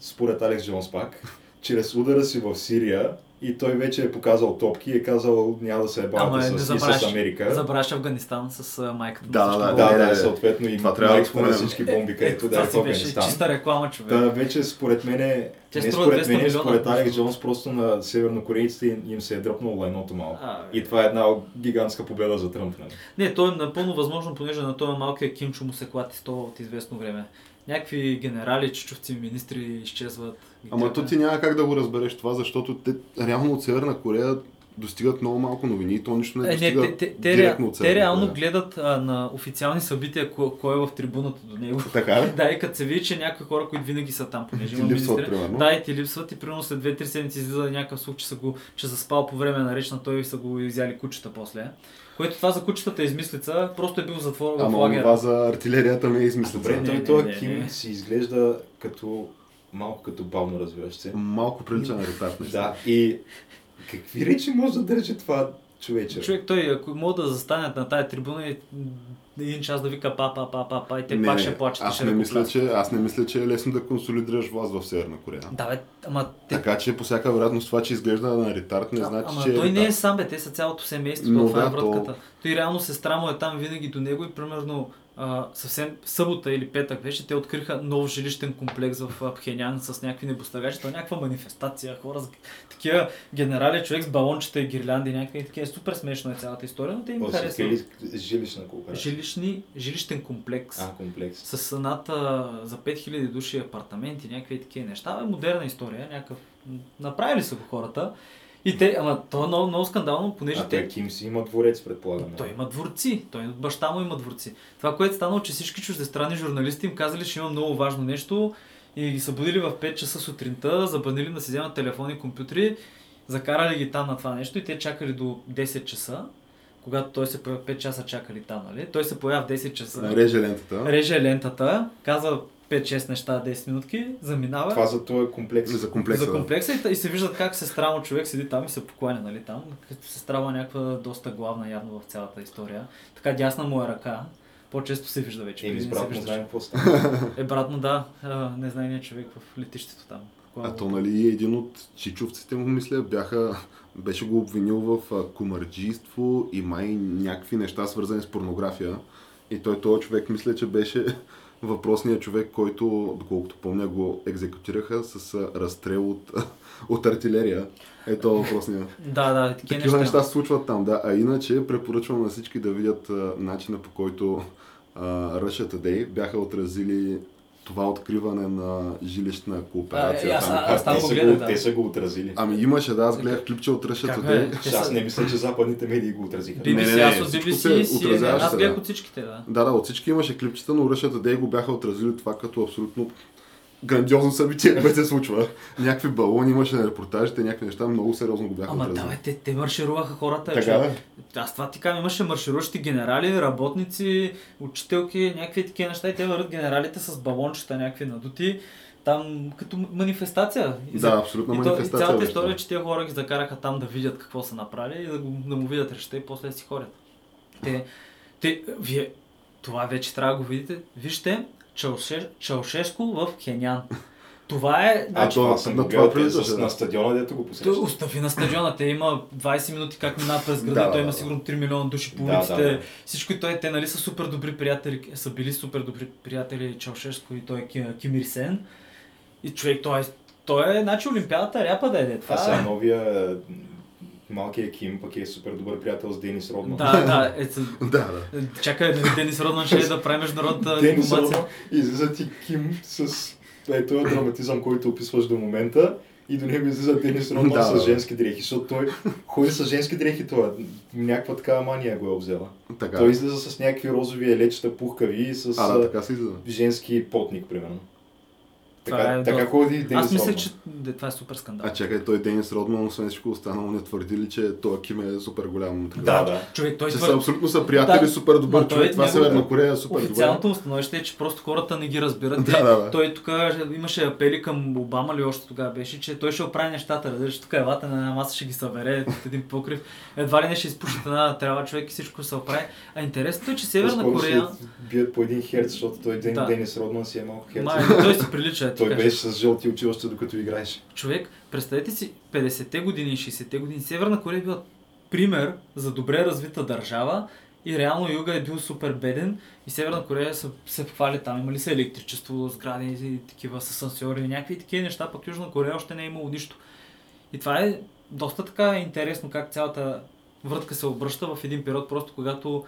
според Алекс Джонс пак, чрез удара си в Сирия и той вече е показал топки и е казал няма да се Ама ебавате не е с, и с Америка. забравяш, забравяш Афганистан с а, майката Да, всички да, бомби. Да, Не, не, да, не. съответно и Това трябва да майката на споменем. всички бомби, където Е, да е това в си беше Афганистан. чиста реклама, човек. Та вече според мен е, Тя не струва според 200 мен, е, милиона. според Алекс Джонс просто на севернокорейците им им се е дръпнало лайното малко. А, бе. И това е една гигантска победа за Тръмп. Нали? Не, то е напълно възможно, понеже на този малкия кимчо му се клати стола от известно време. Някакви генерали, чичовци, министри изчезват. ги Ама тръгна. то ти няма как да го разбереш това, защото те реално от Северна Корея достигат много малко новини и то нищо не Е, не, достига те, те, те, директно ре, от те Северна реално Корея. гледат а, на официални събития, ко, кой е в трибуната до него. Така е? ли? да, и като се види, че някои хора, които винаги са там, понеже Ти има липсват, министри, примерно. да, и ти липсват и примерно след 2-3 седмици излиза някакъв слух, че, са го, че заспал по време на реч на той и са го изяли кучета после. Което това за кучетата е измислица, просто е бил затвор в Ама лагера. това за артилерията не е измислица. Добре, Не, не, той този не, не. Ким си изглежда като малко като бавно развиващ се. Малко прилича на ретард. наистина. Да, и какви речи може да държи това човече? Човек, той, ако могат да застанат на тая трибуна и м, един час да вика па, па, па, па, па и те Не, пак не, ще плачат. и Аз ще не, мисля, ръкопляскат. че, аз не мисля, че е лесно да консолидираш власт в Северна Корея. Да, бе, ама те... Така че по всяка вероятност това, че изглежда на ретард, не значи, ама че той не е ретард. сам, бе, те са цялото семейство, Но това е да, вратката. Той реално сестра му е там винаги до него и примерно а, съвсем събота или петък беше, те откриха нов жилищен комплекс в а, Пхенян с някакви небостъргачи, това е някаква манифестация, хора, с... такива генерали, човек с балончета и гирлянди, някакви такива, супер смешна е цялата история, но те им О, с харесва. кали- жилищна кооперация. Жилищни, жилищен комплекс. А, комплекс. с над а, за 5000 души апартаменти, някакви такива неща. Бе, модерна история, някакъв... м, Направили са го хората. И те, ама то е много, много скандално, понеже А той те... Ким си има дворец, предполагам. Е, Той има дворци, той баща му има дворци. Това, което е станало, че всички чуждестранни журналисти им казали, че има много важно нещо и ги събудили в 5 часа сутринта, забранили им да си вземат телефони и компютри, закарали ги там на това нещо и те чакали до 10 часа, когато той се появи 5 часа чакали там, нали? Той се появи в 10 часа. Реже лентата. Реже лентата, казва 5-6 неща, 10 минутки, заминава Това за този комплекс. За комплекса. за да. комплекса и, та- и се виждат как сестра му човек седи там и се покланя, нали там. Като сестра му е някаква доста главна явно в цялата история. Така дясна му е ръка. По-често се вижда Е, вече. Еми, преди не се с брат му виждаше. знаем какво става. Е, брат му, да. А, не знае ние човек в летището там. е? Кога А му- то нали един от чичовците му, мисля, бяха, беше го обвинил в а, кумарджийство и май някакви неща свързани с порнография. И той този човек, мисля, че беше въпросният човек, който, доколкото помня, го екзекутираха с а, разстрел от, от артилерия. Ето въпросният. Да, да, такива, Такива неща се случват там, да. А иначе препоръчвам на всички да видят а, начина по който а, Russia Today бяха отразили това откриване на жилищна кооперация. А, е, аз- там. аз там те го са гледам, да. Те са го отразили. Ами имаше, да, аз гледах клипче от Russia Как Today. е? Ще Аз не мисля, че западните медии го отразиха. Би- BBC, Не, не, не, аз от всичко BBC, се CNN, отразяваше, аз бях да. от всичките, да. Да, да, от всички имаше клипчета, но Russia Today го бяха отразили това като абсолютно грандиозно събитие, което се случва. Някакви балони имаше на репортажите, някакви неща, много сериозно го бяха Ама отразили. давай, те, те маршируваха хората. Така човек. да. Аз това ти казвам, имаше маршируващи генерали, работници, учителки, някакви такива неща и те върват генералите с балончета, някакви надути. Там като манифестация. И Да, абсолютно и то- манифестация И цялата беше история, това. че тия хора ги закараха там да видят какво са направили и да, го, да му видят речта и после да си ходят. Те, те, вие, това вече трябва да го видите. Вижте, Чауше, Чаушеско в Хенян. Това е... А Значи, то това съм на го това гледал те приличаше, с- да. на стадиона, дето го Той посреща. остави на стадиона, те има 20 минути как мина през града, Да, той да, има да. сигурно 3 милиона души по Да, да, улиците, да. всичко и той, те нали са супер добри приятели, са били супер добри приятели Чаушеско и той Ки- Ким Ир Сен. И човек, той е, той е, значи Олимпиадата ряпа да е, Това това сега е. новия е, малкия Ким, пък е супер добър приятел с Денис Родман. Да, да, е, с- Да, да. чакай, нали, Денис Родман ще е да прави международната Денис дипломация. Родман излиза ти Ким с е, този драматизъм, който описваш до момента. И до него излиза Денис Родман Да, да. с женски дрехи, защото той ходи с женски дрехи, той е- някаква такава мания го е обзела. Така. Той излиза с някакви розови елечета, пухкави и с А, да, а, така се излиза. женски потник, примерно. Това Така, е така доста- ходи и Денис Аз мисля, Родман. че да, това е супер скандал. А чакай, той Денис Родман, освен всичко останало, не твърди ли, че той Ким е супер голям? така? Да, да. Човек, той Че твърди- са абсолютно са приятели, Да. супер добър Ма той човек. е Това негов- Северна Корея е супер добър. Официалното установище е, че просто хората не ги разбират. Да, да, да. Той тук имаше апели към Обама ли още тогава беше, че той ще оправи нещата, разбираш, тук елата на една маса ще ги събере в един покрив. Едва ли не ще изпушат една трябва човек и всичко се оправи. А интересното е, че Северна По-скоро Корея... ще бият по един херц, защото той Ден, Да. Денис Родман си е малко херц. Май, но той си прилича. е Той така. беше с жълти очи още докато играеше. Човек, представете си, 50-те години и 60-те години Северна Корея е била пример за добре развита държава и реално Юга е бил супер беден и Северна Корея се, се хвали там. Имали са електричество, сгради и такива с сансьори и някакви такива неща, пък Южна Корея още не е имало нищо. И това е доста така интересно как цялата врътка се обръща в един период, просто когато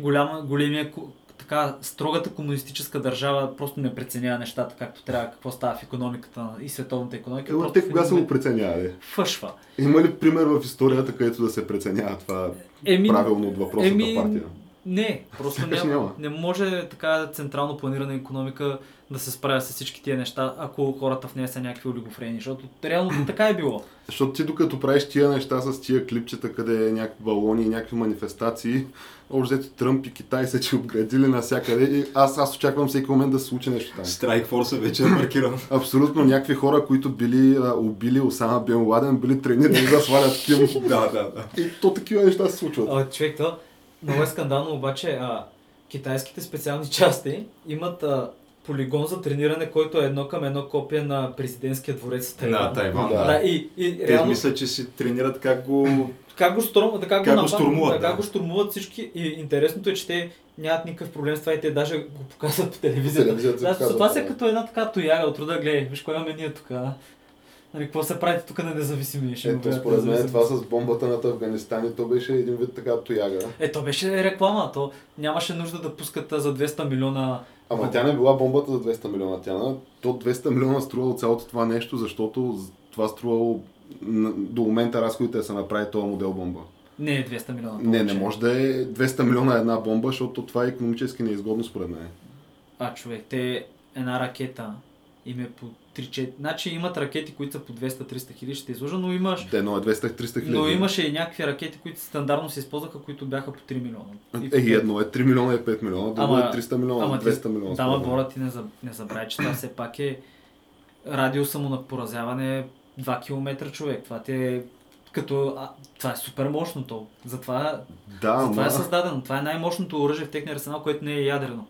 голяма, големия, ко- така строгата комунистическа държава просто не преценява нещата както трябва, какво става в економиката на- и световната економика. Е, от просто в те един кога са го момент преценявали? Фъшва. Има ли пример в историята, където да се преценява това Еми, правилно от въпросната еми, партия? Не, просто Сякаш не, няма. не може така централно планирана економика да се справя с всички тия неща, ако хората в нея са някакви олигофрени, защото реално така е било. Защото ти докато правиш тия неща с тия клипчета, къде е някакви балони, някакви манифестации, общо взето Тръмп и Китай са че обградили навсякъде и аз, аз очаквам всеки момент да се случи нещо там. Страйк Форса вече е маркиран. Абсолютно някакви хора, които били а, убили Осама Бен Ладен, били тренирани да свалят Ким. да, да, да. И то такива неща се случват. А, човек, то много е скандално, обаче а, китайските специални части имат а, полигон за трениране, който е едно към едно копие на президентския дворец в На Тайван. Тайван, Да. да. Да, и, и Те реално мислят, че си тренират как го... как го, штурм, да, как Как го го, нападат, штурмуват, да, да. как го штурмуват всички. И интересното е, че те нямат никакъв проблем с това и те даже го показват по телевизията. Телевизията Да, показва, това да. се като една така тояга от рода, гледай, виж кой имаме ние тук. а? Нали, какво се правите тук на независими? Ще му Ето, гледат според мен независими. това с бомбата над Афганистан и то беше един вид така тояга. Е, то беше реклама, то нямаше нужда да пускат а, за 200 милиона. Ама тя не била бомбата за 200 милиона. Тя на... То 200 милиона струвало цялото това нещо, защото з- това струвало н- до момента разходите да се направи този модел бомба. Не, 200 милиона. Не, не повече. може да е 200 милиона една бомба, защото това е економически неизгодно според мен. А, човек, те една ракета им е по 3-4. Значи имат ракети, които са по 200-300 хиляди, ще те излъжа, но имаш. Да, едно е 200-300 хиляди. Но имаше и някакви ракети, които стандартно се използваха, които бяха по 3 милиона. Е, и едно е 3 милиона и 5 милиона, друго Ама- е 300 милиона, Ама 200 ти, милиона. Да, ма според мен. Бора, ти не, заб, не забравяй, че това все пак е радиуса му на поразяване е 2 км човек. Това ти е като... А, това е супер мощно то. Затова, Да, затова ама... е създадено. Това е най-мощното оръжие в техния арсенал, което не е ядрено.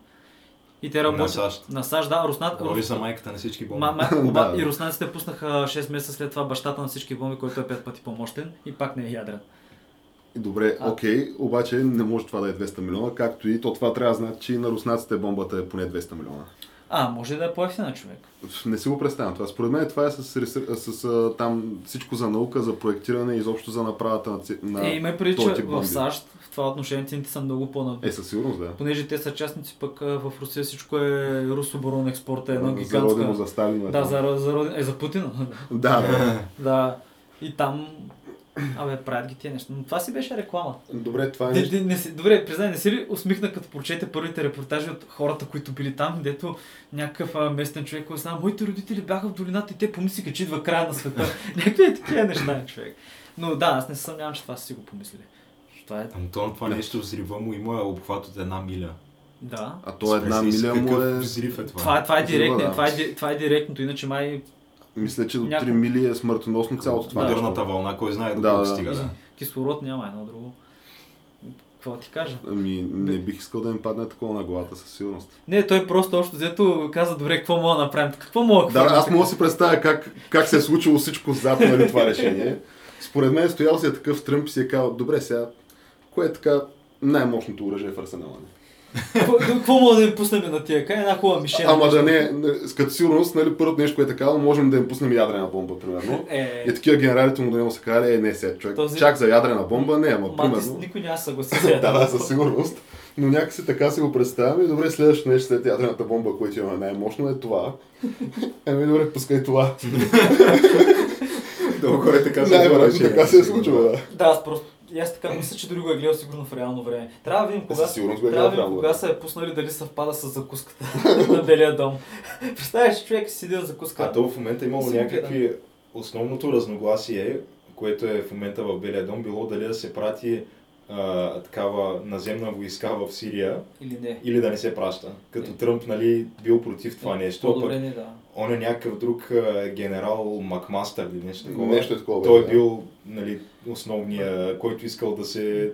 И те работят... На САЩ. На САЩ, да. Руснат, Говори за майката на всички бомби. Ма, ма, оба, Да. и руснаците пуснаха 6 месеца след това бащата на всички бомби, който е 5 пъти по-мощен и пак не е ядрен. Добре, А. окей, обаче не може това да е 200 милиона, както и то това трябва да значи, че и на руснаците бомбата е поне 200 милиона. А, може да е по-ефтина човек. Не си го представям това. Според мен това е с, ресър- с а, там всичко за наука, за проектиране и изобщо за направата на, ци- на Е, има преди, този че тип в бомби. САЩ в това отношение цените са много по-надолу. Е, със сигурност, да. понеже те са частници, пък а, в Русия всичко е русоборон експорт, е едно Зародено гигантско. за Сталин. Да, за, за, е за Путин. да, да. да. И там Абе, правят ги тия неща. Но това си беше реклама. Добре, това е Не, нещо. не, не, си- добре, признай, не си ли усмихна като прочете първите репортажи от хората, които били там, дето някакъв а, местен човек, който знае, моите родители бяха в долината и те помислиха, че идва края на света. Някакви е такива неща, човек. Но да, аз не се съмнявам, че това са си го помислили. Това е... Антон, това нещо взрива му има обхват от една миля. Да. А то е една Представи си миля му какъв е... взрив е това. Това, е- това, е, Взрива, директно, да. това, е, ди- това е директното, иначе май Мисля, че до 3 Няколко. мили е смъртоносно цялото това Това нещо. дърната вълна, кой знае до Да, колко да. стига. Да. кислород няма едно друго. Какво ти кажа? Ами, не бих искал да им падне такова на главата със сигурност. Не, той просто общо взето каза, добре, какво мога да направим? Какво мога Да, хвърлим аз така? мога да си представя как, как се е случило всичко зад нали, това решение. Според мен стоял си е такъв тръмп и си е казал, добре сега, кое е така най-мощното оръжие в арсенала нали? ни? Какво- Какво мога да им пуснем на тия? Кай една хубава мишена. Ама да не, не, с като сигурност, нали, първото нещо, което е казал, можем да им пуснем ядрена бомба, примерно. Е, И такива генералите му да не му са казали, е, не, сега човек, Този- чак за ядрена бомба, не, ама Ма, ти, с- примерно. никой няма да се съгласи с Да, да, една. със сигурност. Но някакси така си го представяме. Добре, следващото нещо след ядрената бомба, което имаме най-мощно е това. Еми, добре, пускай това. Долу горе така се Най-вероятно случва. така се е случило, да. Да, аз просто. и Аз така мисля, че дори го е гледал сигурно в реално време. Трябва да видим кога, със сигурност го е трябва гледал да в видим реално кога време. са е пуснали дали съвпада с закуската на Белия дом. Представяш, човек си седи на закуска. А то в момента имало Сигурно, някакви... Основното разногласие, което е в момента в Белия дом, било дали да се прати а, такава наземна войска в Сирия Или не. или да не се праща. Като Тръмп нали, бил против това нещо, а Е. По-добре пък не, да. он е някакъв друг а, генерал Макмастър или нещо такова. Нещо е такова. Той да. бил нали, основния, който искал да се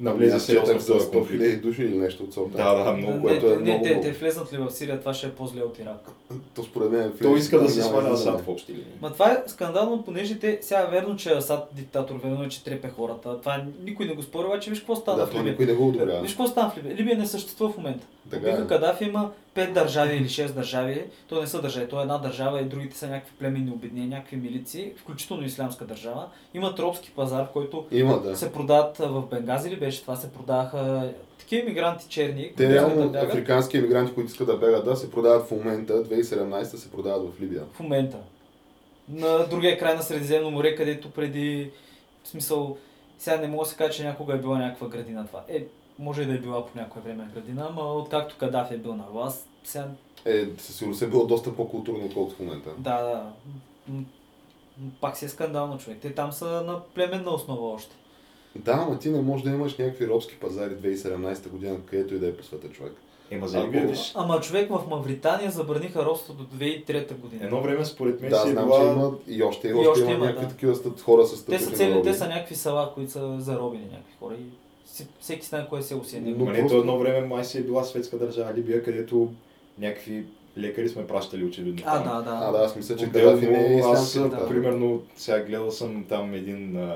навлезе Аз сериозно четах в за този 100 конфликт. хиляди души или нещо от сорта. Да, да, много Не. което. което те- е много- те, те влезнат ли в Сирия, това ще е по-зле от Ирак. То според мен е Той иска да се няма сваля да Асад знам. в общи линии. Ма това е скандално, понеже те, сега е верно, че Асад диктатор, верно е, че трепе хората. Това никой не го спори, обаче виж какво стана Да, в то Либия. никой не го одобрява. Виж какво стана в Либия. Либия не съществува в момента. Така Убиха е. Кадафи има 5 държави или 6 държави. То не са държави, то е една държава и другите са някакви племенни обединения, някакви милиции, включително ислямска държава. Има тропски пазар, в който Има, да. се продават а, в Бенгази ли беше това, се продаваха такива мигранти черни, Те които искат реално, да бягат африкански емигранти, които искат да бягат, да, се продават в момента, 2017 се продават в Либия. в момента. На другия край на Средиземно море, където преди, в смисъл, сега не мога да се каже, че някога е била някаква градина това. Е, може и да е била по някое време градина, ама откакто Кадафи е бил на власт, сега Е, със сигурност е било доста по-културно, отколкото в момента. Да, да. М- м- Пак си е скандално човек. Те там са на племенна основа още. Да, ама ти не можеш да имаш някакви робски пазари 2017 година, където и да е по света човек. Ема за Ако- видиш. Ама човек в Мавритания забраниха робството до 2003 година. Едно време според мен да, си е знам, била... че има и още, и още, има, някакви да. такива стат, хора с те са статути на цели, роби. те са някакви села, които са заробени някакви хора. И си, всеки знае кое село си е Но него. Ма не, просто- то едно време май си е била светска държава Либия, където някакви лекари сме пращали очевидно. А, там. да, да. А, да, аз мисля, че Кадафи не е Отделно, аз, ислямски. да. Да. примерно, сега гледал съм там един а,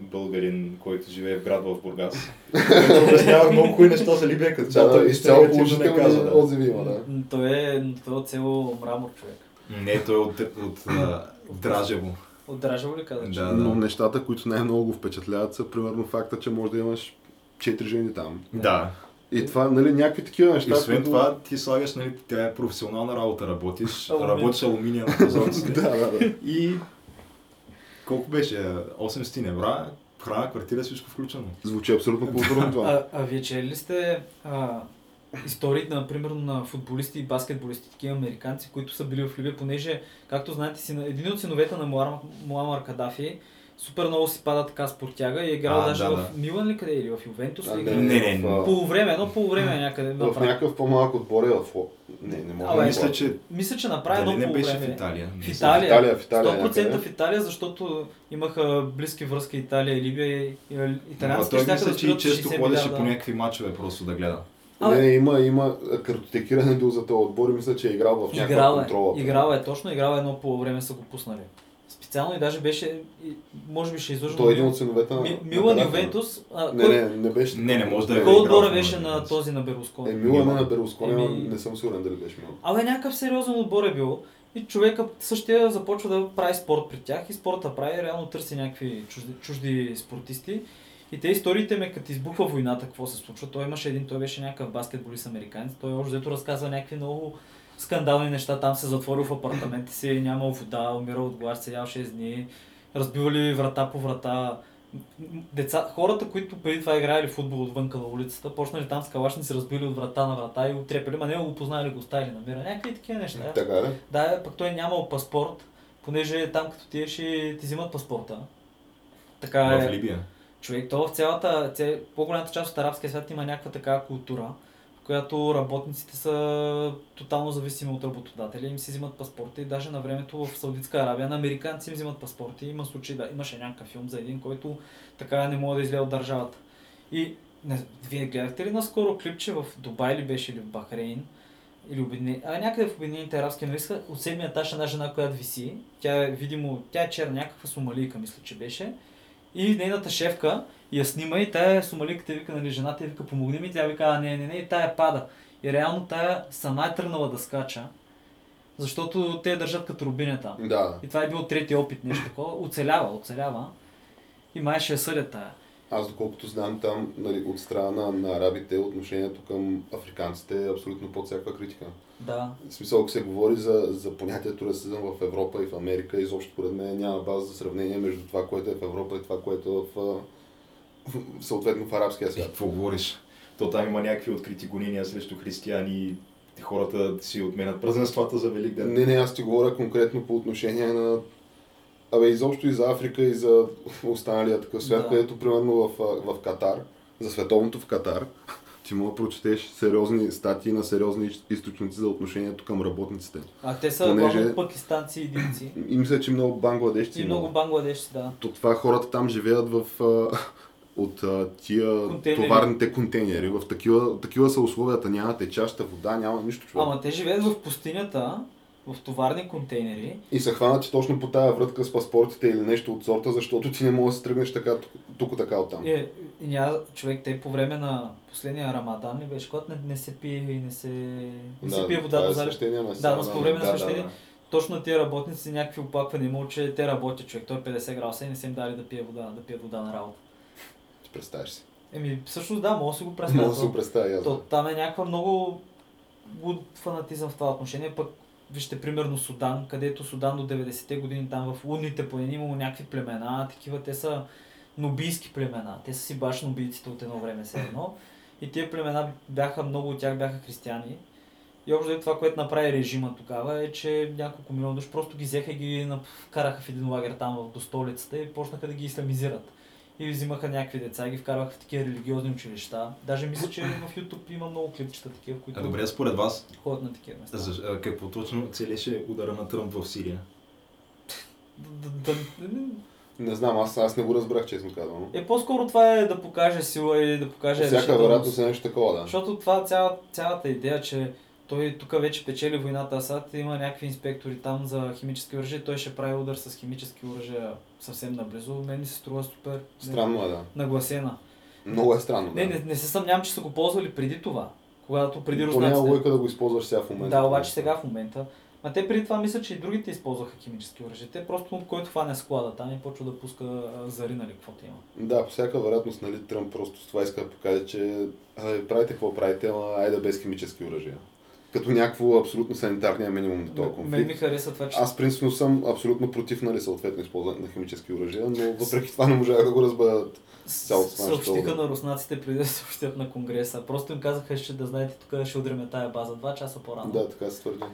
българин, който живее в град в Бургас. който обяснява много хубави неща за Либия, като цяло Да, той да, нищо изцяло е негативно не каза. положителни Да. отзиви има, да. М, Той е, той е от село мрамор човек. Не, той е от, от, от, а, от Дражево. От Дражево ли каза? че? Да, Но да. нещата, които най-много го впечатляват са примерно факта, че може да имаш 4 жени там. Да. И това, нали, някакви такива И неща. освен които- това, ти слагаш, нали, тя е професионална работа, работиш, Алуминия. работиш алуминия на прозорците. Да, да, да. И колко беше? 800 евра, храна, квартира, всичко включено. Звучи абсолютно културно това. А, а вие чели ли сте а, историите, например, на футболисти и баскетболисти, такива американци, които са били в Либия, понеже, както знаете, си, един от синовете на Муамар, Муамар Кадафи супер много си пада така спортяга и е играл А, даже да, в Милан ли къде е, или в Ювентус А, ли? не, не. в, а, Полувреме, едно полувреме е някъде В направи. някакъв по-малък отбор е в... Ло- Не, не мога Абе, да Мисля, мисля, че... че Мисля, че направи дали едно не беше в полувреме. Италия. В Не знам. Италия. В Италия, в Италия 100% някъде. в Италия, защото имаха близки връзки Италия и Либия и и Ама италиански. той щяха да мисля, че и строят често 60 ходеше милиарда. по някакви мачове просто да гледа. Не, не, има, има а, картотекиране бил за този отбор и мисля, че е играл в някаква Играла е, контрола. играла е, точно играла е, едно по време са го пуснали. Специално и даже беше, и- може би ще излъжа. Той е един от синовете на... Ми, на Милан Кадафи. Ювентус, а, Не, кой, не, не беше. Не, не може да е Кой играл кой отбора в беше Милан на Ювентус. този на Е, Берлускони? Милан е Милан. на Берлускони, Еми- ама не съм сигурен дали беше Милан. Абе, някакъв сериозен отбор е бил. И човека същия започва да прави спорт при тях и спорта прави, реално търси някакви чужди, чужди спортисти. И те историите ме, като избухва войната, какво се случва. Той имаше един, той беше някакъв баскетболист американец. Той още дето разказва някакви много скандални неща. Там се затворил в апартамента си, нямал вода, умирал от глад, седял 6 дни. разбивали врата по врата. Деца, хората, които преди това играли футбол отвънка на улицата, почнали там с калашници, разбили от врата на врата и отрепели, ма не го познали, го оставили на мира. Някакви такива неща. Така е, да. Да, пък той е нямал паспорт, понеже там като тиеш и ти взимат паспорта. Така е. в Либия. Човек, то в цялата, ця... по-голямата част от арабския свят има някаква такава култура, в която работниците са тотално зависими от работодателя, им си взимат паспорти. Даже на времето в Саудитска Арабия на американци им взимат паспорти. Има случаи, да, имаше някакъв филм за един, който така не мога да излезе от държавата. И не, вие гледахте ли наскоро клипче в Дубай ли беше или в Бахрейн? Или обедне... а, някъде в Обединените арабски емирства, от седмия етаж една жена, която виси, тя е видимо, тя е черна, някаква сомалийка, мисля, че беше. И нейната шефка я снима и тая сомалийката вика, нали, жената и вика, помогни ми, тя вика, а, не, не, не, и тая пада. И реално тая сама е тръгнала да скача, защото те я държат като рубиня там. Да. И това е било трети опит, нещо такова. Оцелява, оцелява. И май ще я съдят тая. Аз доколкото знам там, нали, от страна на арабите, отношението към африканците е абсолютно под всяка критика. Да. В смисъл, ако се говори за, за понятието расизъм в Европа и в Америка, изобщо поред мен няма база за сравнение между това, което е в Европа и това, което е в, а, в съответно в арабския Е, свят. какво говориш? То там има някакви открити гонения срещу християни, хората си отменят празненствата за Велик ден. Не, не, аз ти говоря конкретно по отношение на... Абе, изобщо и за Африка, и за останалия такъв свят, Да. да. където примерно в, а, в Катар, за световното в Катар, ти мога да прочетеш сериозни статии на сериозни изт- източници за отношението към работниците. А те са Понеже- главно пакистанци и индийци. И мисля, че много бангладешци И много бангладешци, да. То това хората там живеят в, а, от а, тия Контейнери. товарните контейнери. В такива, такива са условията. Няма течаща вода, няма нищо човек. Ама те живеят в пустинята, в товарни контейнери. И са хванати точно по тая врътка с паспортите или нещо от сорта, защото ти не можеш да се тръгнеш така, тук, тук така оттам. И, и Е, ня, човек, те по време на последния Рамадан ли беше, когато не, не се пие и не се, не се пие вода това до е залив. свещения месец. Да, но по време на Да, да, свещение да. точно тия работници някакви оплаквания има, че те работят човек. Той е 50 градуса и не са им дали да пие вода, да пие вода на работа. Ти представяш си. Еми, всъщност да, мога да си го Мога да се представя. го представя То, ясно. там е някаква много луд фанатизъм в това отношение. Пък вижте примерно Судан, където Судан до 90-те години там в лунните планини имало някакви племена, такива те са нобийски племена. Те са си баш нобийците от едно време все едно. И тия племена бяха, много от тях бяха християни. И общо взето това, което направи режима тогава е, че няколко милиона души просто ги взеха и ги нап- вкараха в един лагер там в- до столицата и почнаха да ги исламизират. И взимаха някакви деца и ги вкарваха в такива религиозни училища. Даже мисля, че в YouTube има много клипчета такива, които А добре, според вас, ходят на такива места. за, а, какво точно целеше удара на Тръмп в Сирия? Д- д- д- Не знам, аз, аз не го разбрах, честно казвам. Е, по-скоро това е да покаже сила и да покаже Всяка решителност. вероятност е нещо такова, да. Защото това цяла, цялата идея, че той тук вече печели войната Асад, има някакви инспектори там за химически оръжия, той ще прави удар с химически оръжия съвсем наблизо. Мен ми се струва супер Странно е, да. нагласена. Много е странно. Не, да. не, не се съмнявам, че са го ползвали преди това, когато преди То няма руснаците. логика да го използваш сега в момента. Да, обаче сега в момента. Ма те преди това мисля, че и другите използваха химически оръжия. Те просто който хване склада там и почва да пуска а, зарина или каквото има. Да, по всяка вероятност, нали, Тръмп просто с това иска да покаже, че ай, правите какво правите, ама айде без химически оръжия. Като някакво абсолютно санитарния минимум на този Мен ми конфликт. хареса това, че Аз принципно съм абсолютно против, нали, съответно използване на химически оръжия, но въпреки това не можах да го разбера. цялото това нещо. съобщиха на руснаците преди да съобщят на Конгреса. Просто им казаха, ще да знаете, тук ще удряме тая база два часа по-рано. Да, така се твърди.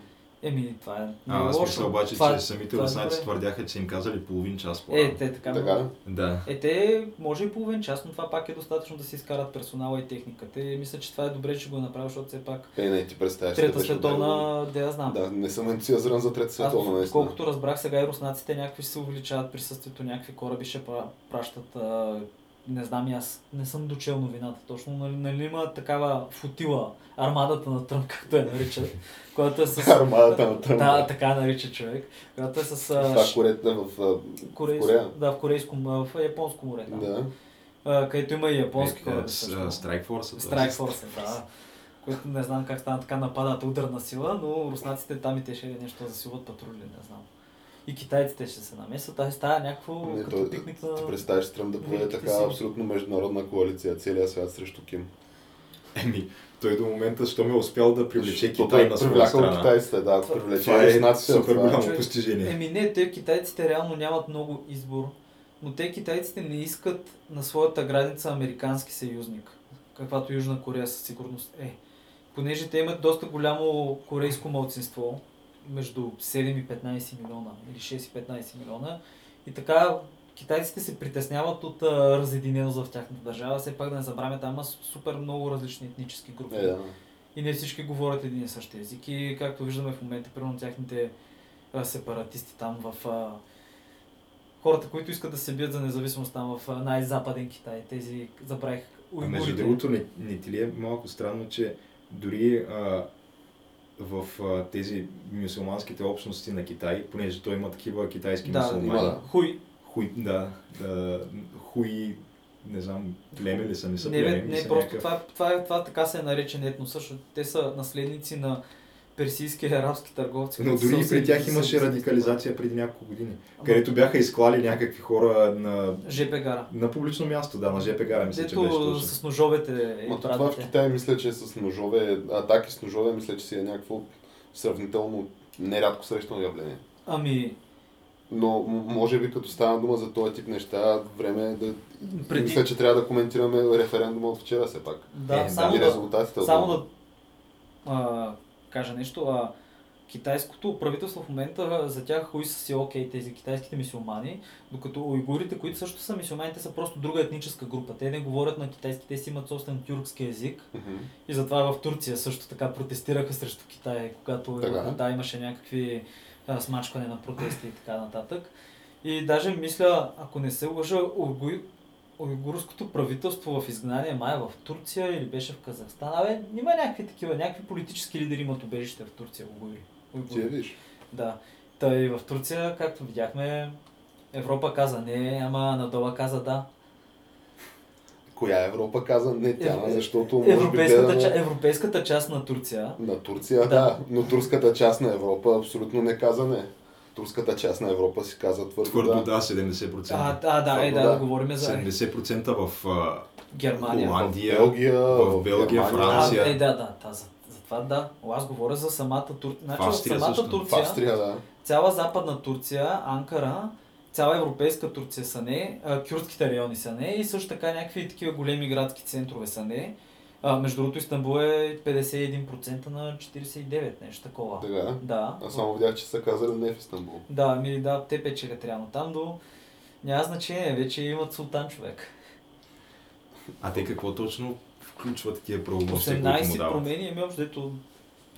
Еми, това е много А, аз мисля лошо. обаче, Това- че самите това е руснаци добре. твърдяха, че им казали половин час по Е, те така. Така, много. Да. Е, те може и половин час, но това пак е достатъчно да си изкарат персонала и техниката. И мисля, че това е добре, че го направи, защото все пак е, не, ти представяш. Трета те беше отделно. световна, да я знам. Да, не съм ентусиазиран за Трета световна, Аз, наистина. колкото разбрах сега и руснаците някакви ще се увеличават присъствието, някакви кораби ще пра- пращат. А, не знам и аз не съм дочел новината точно, нали, нали има такава футила, армадата на Тръмп, както я наричат, която е с... Армадата на Тръмп. Да, така я нарича човек, която е с... а, Това ш- коректно в... а, корейско- Корея. Да, в корейско, а, в японско море, да. Да. А, където има и Е, Е, японски кораби. също. Страйк Форс. Страйк Форс, е, да. Които не знам как стана така нападат ударна сила, но руснаците там и те ще е нещо засилват патрули, не знам. И китайците ще се намесват, а става някакво Не, като той, пикник ти на... представяш Тръмп да поведе великите така сили. абсолютно международна коалиция, целия свят срещу Ким. Еми, той до момента, що ме е успял да привлече Защото Китай е на своя привлякал страна. китайците, да. Ако Това привлече е руснаците, супер това е... голямо постижение. Еми не, те китайците реално нямат много избор. Но те китайците не искат на своята граница американски съюзник, каквато Южна Корея със сигурност е. Понеже те имат доста голямо корейско малцинство, между 7 и 15 милиона или 6 и 15 милиона. И така китайците се притесняват от а, разединеност в тяхната държава. Все пак да не забравяме, там има супер много различни етнически групи. Е, да. И не всички говорят един и същи език. И както виждаме в момента, примерно тяхните а, сепаратисти там в... А, хората, които искат да се бият за независимост там в а, най-западен Китай, тези забравих А между уйгурите. другото, не, не ти ли е малко странно, че дори а, в а, тези мюсулманските общности на Китай, понеже той има такива китайски Да, мюсулмани, има, да. Хуй, хуй, да, да, хуи, не знам, племе ли са, не са не, бе, племе, не, са просто някакъв- това, е- това, е- това така се е наречен етно. Също те са наследници на персийски и арабски търговци. Но които дори са и при тях 80-те имаше години. радикализация преди няколко години, Ама- където бяха изклали някакви хора на, ЖП гара. на публично място, да, на ЖП гара, мисля, че беше Дето точно. с ножовете Ма Е, и то това в брадите. Китай мисля, че е с ножове, атаки с ножове, мисля, че си е някакво сравнително нерядко срещано явление. Ами, Но м- може би като стана дума за този тип неща, време е да... Преди- Мисля, че трябва да коментираме референдума от вчера все пак. да, Е, само и да, резултатите от Само него. да а, кажа нещо. А, китайското правителство в момента а, за тях хуй са си окей тези китайските мисиомани, докато уйгурите, които също са мисиомани, те са просто друга етническа група. Те не говорят на китайски, те си имат собствен тюркски език. Мгм. И затова в Турция също така протестираха срещу Китай, когато Така. да, имаше някакви а, смачкване на протести и така нататък. И даже мисля, ако не се лъжа, уйгуй- уйгурското правителство в изгнание май в Турция или беше в Казахстан. Абе, има някакви такива, някакви политически лидери имат убежище в Турция, уйгури. Ти я уйгури. виж. Да. Та и в Турция, както видяхме, Европа каза не, ама Надола каза да. Коя Европа каза не Е, тя, Ев- защото може би Европейската, гледаме ча- европейската част на Турция на Турция, да, Да. но турската част на Европа абсолютно не каза не. Турската част на Европа си каза твърдо, Твърдо да. да, 70%. А, а, да, е, да, да, говорим за 70% в а, Германия. Холандия, Белгия, в Белгия, Германия. А, Франция. е, да, да, да, за, за това да. Но Аз говоря за самата Турция. Значи, в Австрия самата също. В Турция, Австрия, да. цяла западна Турция, Анкара, цяла европейска Турция са не, а, кюрдските райони са не и също така някакви такива големи градски центрове са не. А, между другото, Истанбул е 51% на 49, нещо такова. Така. Да. Аз само видях, че са казали не в Истанбул. Да, ми да, те печелят реално там, до... Няма значение, вече имат султан човек. А те какво точно включват тия правомощия, които му 18 дават? промени, ами общо дето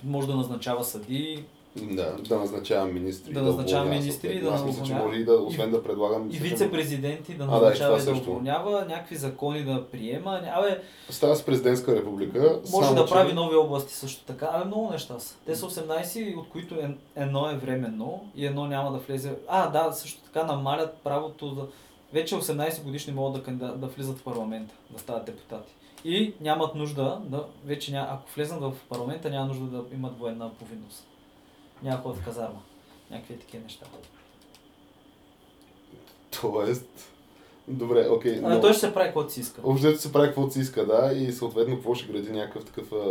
може да назначава съди, Да, да назначавам министри. Да назначавам уволнявам министри, съответно. да Аз мисля, че уволнявам. може и да, освен да предлагам... И мисля, че- вице-президенти да А, да, и назначава това и да също. уволнява, някакви закони да приема. Абе, Става с президентска република. може само да че- прави нови области също така. Абе, много неща са. Те са 18, от които е- едно е временно и едно няма да влезе. А, да, също така намалят правото да... Вече 18 годишни могат да, кандидат, да влизат в парламента, да стават депутати. И нямат нужда, да, вече ня... ако влезнат в парламента, няма нужда да имат военна повинност. Няма да ходят в казарма. Някакви такива неща. Тоест... Добре, окей. А, той ще се прави каквото си иска. Общо взето се прави каквото си иска, да, и съответно какво ще гради някакъв такъв а,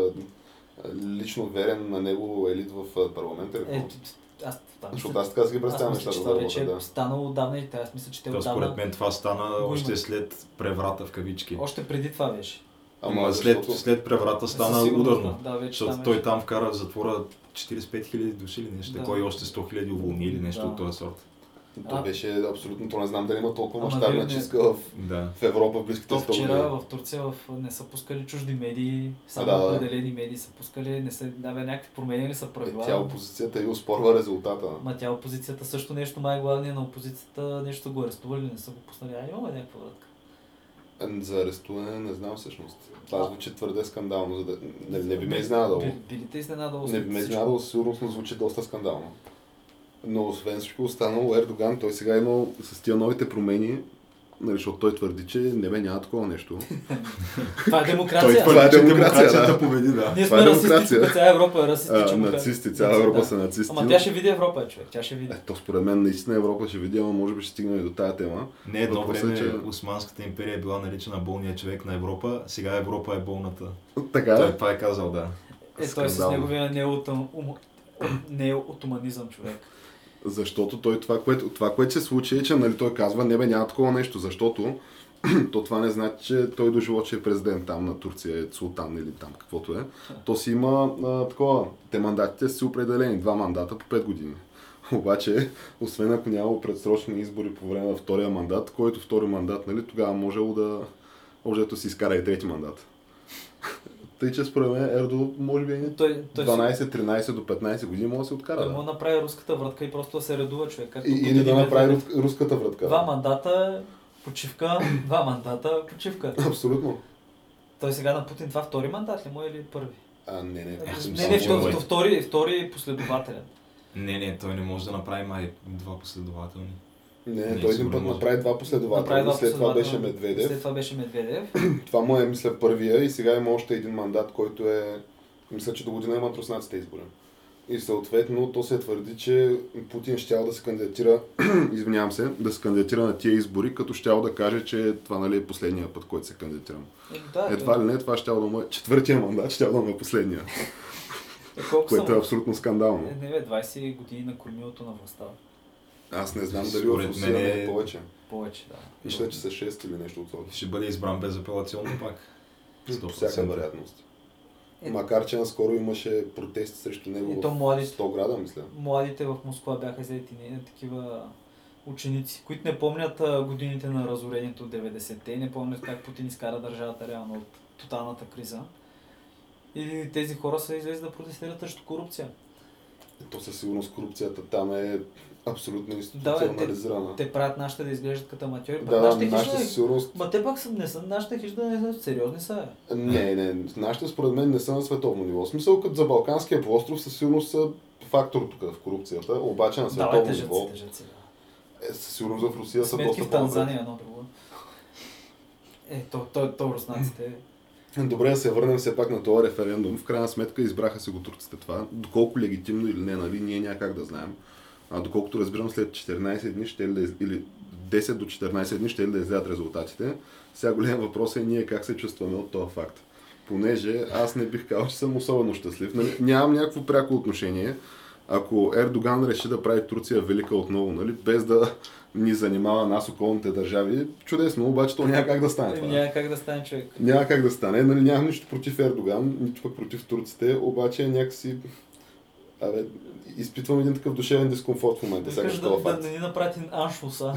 а, лично верен на него елит в а, парламента. или Е, какво? т- т- аз това Защото аз така си ги представям аз мисля, че нещата това да вече е работят, станало отдавна и аз мисля, че те То, според отдавна, мен това стана Го още има. след преврата в кавички. още преди това беше. Ама след, след преврата стана Със сигурност, ударно. Да, да, вече Защото там той е. там вкара в затвора 45 хиляди души или нещо Да. такова и още 100 хиляди уволни или нещо Да. от този сорт. То А. беше абсолютно, то не знам дали има толкова Ама мащабна вие не- чистка в, Да. в Европа в близките То 100 години. вчера в Турция в... не са пускали чужди медии, само Да, да. определени медии са пускали, не са, да, бе, някакви променени са Е, правила. Тя опозицията и успорва резултата. Ма тя опозицията също нещо, май главния на опозицията нещо го арестували, не са го пуснали. А имаме някаква вратка. А, За арестуване не знам всъщност. Това звучи твърде скандално. За да... не, не би ме е изненадало. Би- Били те изненадало? Не би ме е изненадало, със сигурност но звучи доста скандално. Но освен всичко останало, Ердоган, той сега е имал с тия новите промени, нали, защото той твърди, че не бе няма такова нещо. Това е Той демокрация. твърди, че демокрацията демокрацията победи, да. Ние това сме е расистични, демокрация. бе, цяла Европа е а, расистична. бе. нацисти, цяла Да. Европа са нацисти. Ама но- тя ще види Европа, е, човек. Тя ще види. Е, то според мен наистина Европа ще види, ама може би ще стигнем и до тая тема. Не едно Въпросът време е, че- Османската империя е била наричана болния човек на Европа, сега Европа е болната. Така Той е. това е казал, да. Е, той с скандално. неговия неотъм- ум- неотуманизъм, човек. Защото той това, което, това, което се случи е, че нали, той казва, не бе, няма такова нещо, защото то това не значи, че той до живот ще е президент там на Турция, е султан или там каквото е. То си има а, такова, те мандатите са си определени, два мандата по 5 години. Обаче, освен ако няма предсрочни избори по време на втория мандат, който втори мандат, нали, тогава можело да обжето си изкара и трети мандат. Тъй, че според мен Ердо може би е Той- той си- 12-13 до 15 години може да се откара. Той да. може да направи руската вратка и просто да се редува човек. Както И, или Путин да и направи Медведев. рус, руската вратка. Два мандата, почивка, два мандата, почивка. Абсолютно. Той сега на Путин това втори мандат ли му е или първи? А, не, не. аз съм Не, само не, втори, говорил. втори, втори последователен. Не, не, той не може да направи е май два последователни. не, Не, той един сигурно път може. направи два Направи последователни. два След това беше последователни. Медведев. След това беше Медведев. Това му е, мисля, първия и сега има още един мандат, който е... Мисля, че до година имат руснаците избори. И съответно, то се твърди, че Путин щял да се кандидатира, извинявам се, да се кандидатира на тия избори, като щял да каже, че това нали, е последния път, който се кандидатирам. Е, да, Едва ли не, това щял да му е четвъртия мандат, щял да му е последния, е, колко което съм... е абсолютно скандално. Е, Не бе, 20 години на кормилото на властта. Аз не знам дали в Според Русия мен не е е- повече. Повече, да. Мисля, че са 6 или нещо от това. Ще бъде избран безапелационно пак. По всяка 100%. вероятност. Е, Макар, че наскоро имаше протести срещу него И то в младите. 100 града, мисля. Младите в Москва бяха взети не, такива ученици, които не помнят а, годините на разорението от 90-те и не помнят как Путин изкара държавата реално от тоталната криза. И тези хора са излезли да протестират срещу корупция. Е, То със сигурност корупцията там е абсолютно институционализирана. институционализирана. Те правят нашите да изглеждат като аматьори, Да, да, да, нашите нашите хищни... със сигурност... Ма те пак са, не са, нашите хищни не са сериозни са. бе. Не, не, нашите според мен не са на световно ниво. В смисъл, като за Балканския полуостров със сигурност са фактор тук в корупцията, обаче на Давай световно тежат ниво си, тежат си. да. е, със сигурност в Русия са Сметки доста в по-напред. Танзания едно друго. Е, то, то, то, руснаците. Добре, да се върнем все пак на този референдум. В крайна сметка избраха си го турците това. Доколко легитимно или не, нали, ние няма как да знаем. А доколкото разбирам, след 14 дни ще ли да, из- или 10 до 14 дни ще ли да излязат резултатите. Сега голям въпрос е ние как се чувстваме от този факт. Понеже аз не бих казал, че съм особено щастлив. Нали, нямам някакво пряко отношение. Ако Ердоган реши да прави Турция велика отново, нали, без да ни занимава нас околните държави, чудесно, обаче то няма как да стане. Е, Това. Няма как да стане човек. Няма как да стане, нали, нямам нищо против Ердоган, нито пък против турците, обаче някакси... Абе, изпитвам един такъв душевен дискомфорт в момента, сега Искаш като да, това е да, факт. да ни направи аншуса.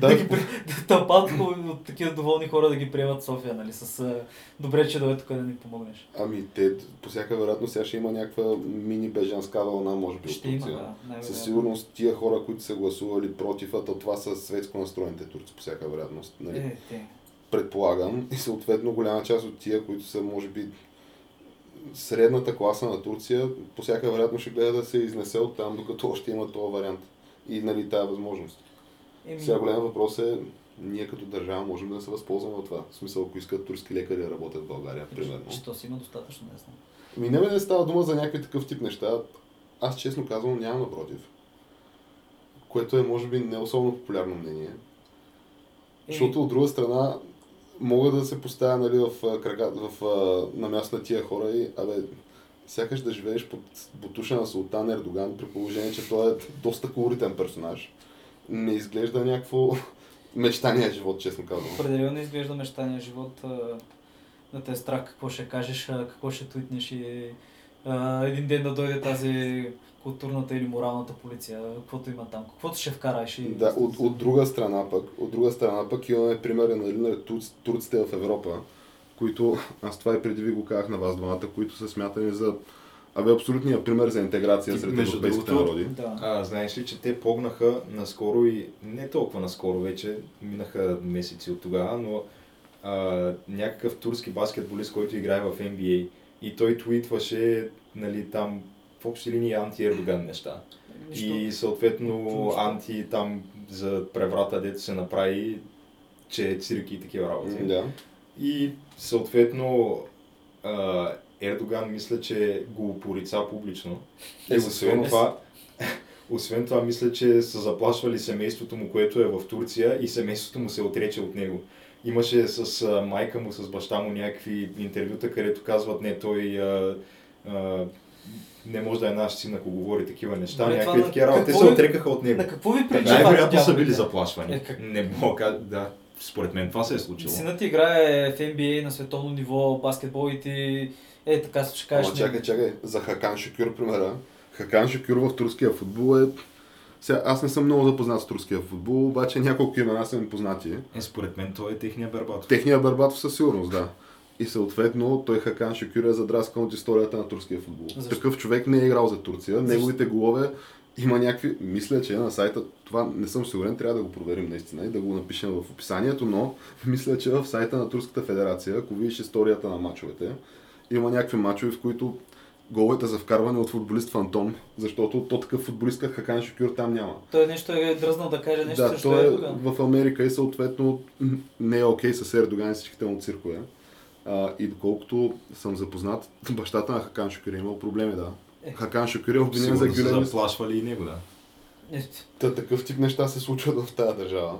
Да, Да ги при... да тълпата от такива доволни хора да ги приемат в София, нали? С а, добре, че дойде тук да ни помогнеш. Ами те, по всяка вероятност, сега ще има някаква мини бежанска вълна, може би, Ще от има, Турция. да. най-вероятно. Със сигурност тия хора, които са гласували против, а то това са светско настроените турци, по всяка вероятност. Нали? Е, те. предполагам, и съответно голяма част от тия, които са, може би, средната класа на Турция, по всяка вероятност ще гледа да се изнесе от там, докато още има този вариант и нали, тая възможност. Еми, Сега голям въпрос е, ние като държава можем да се възползваме от това. В смисъл, ако искат турски лекари да работят в България, примерно. Че, че то си има достатъчно, не знам. Ми не, бе, не става дума за някакви такъв тип неща. Аз честно казвам нямам напротив. Което е, може би, не особено популярно мнение. Е. Еми, Защото от друга страна мога да се поставя нали, в, а, крака, в, а, на място на тия хора и абе, сякаш да живееш под бутуша на Султан Ердоган, при положение, че той е доста колоритен персонаж. Не изглежда някакво мечтания живот, честно казвам. Определено изглежда мечтания живот а, да те е страх какво ще кажеш, а, какво ще твитнеш и а, един ден да дойде тази културната или моралната полиция, каквото има там, каквото ще вкараш и... Да, от, от, друга страна пък, от друга страна пък имаме примери нали, на туц- турците в Европа, които, аз това и преди ви го казах на вас двамата, които са смятани за абе, абсолютния пример за интеграция Ти, сред между европейските другото, народи. Да. А, знаеш ли, че те погнаха наскоро и не толкова наскоро вече, минаха месеци от тогава, но а, някакъв турски баскетболист, който играе в NBA и той твитваше нали, там в общи линии анти-Ердоган неща. Нищо. И съответно Нищо. анти там за преврата, дето се направи, че цирки и такива работи. Да. И съответно а, Ердоган мисля, че го опорица публично. Е, и със освен сигурност. това, освен това мисля, че са заплашвали семейството му, което е в Турция и семейството му се отрече от него. Имаше с а, майка му, с баща му някакви интервюта, където казват, не, той а, а, не може да е наш син, ако говори такива неща, Добре, някакви това на- такива работи. Те какво се ви- отрекаха от него. На какво ви причина? Най-вероятно са дяволите? били заплашвани. Е, как- Не мога, да, да. Според мен това се е случило. Синът ти играе в NBA на световно ниво, баскетбол и ти е така ще кажеш. Ама чакай, чакай. За Хакан Шукюр примера. Хакан Шукюр в турския футбол е... Сега, аз не съм много запознат с турския футбол, обаче няколко имена са ми познати. Е, според мен той е техния Бербатов. Техния Барбатов със сигурност, да. И съответно той Хакан Шакюр е задраскан от историята на турския футбол. Защо? Такъв човек не е играл за Турция. Неговите голове има някакви... Мисля, че е на сайта... Това не съм сигурен, трябва да го проверим наистина и да го напишем в описанието, но мисля, че е в сайта на Турската федерация, ако видиш историята на мачовете, има някакви мачове, в които головете за вкарване от футболист Фантом, защото то такъв футболист като Хакан Шакюр там няма. Той нещо е дръзнал да каже нещо Да, срещу той е Ердоган. в Америка и съответно м, не е окей с Ердоган и всичките му циркове. А, и доколкото съм запознат, бащата на Хакан Шукюр е имал проблеми, да. Е. Хакан Шукюр е обвинен Сигурно за са гюлен. заплашвали и него, да. Е, Та, такъв тип неща се случват в тази държава.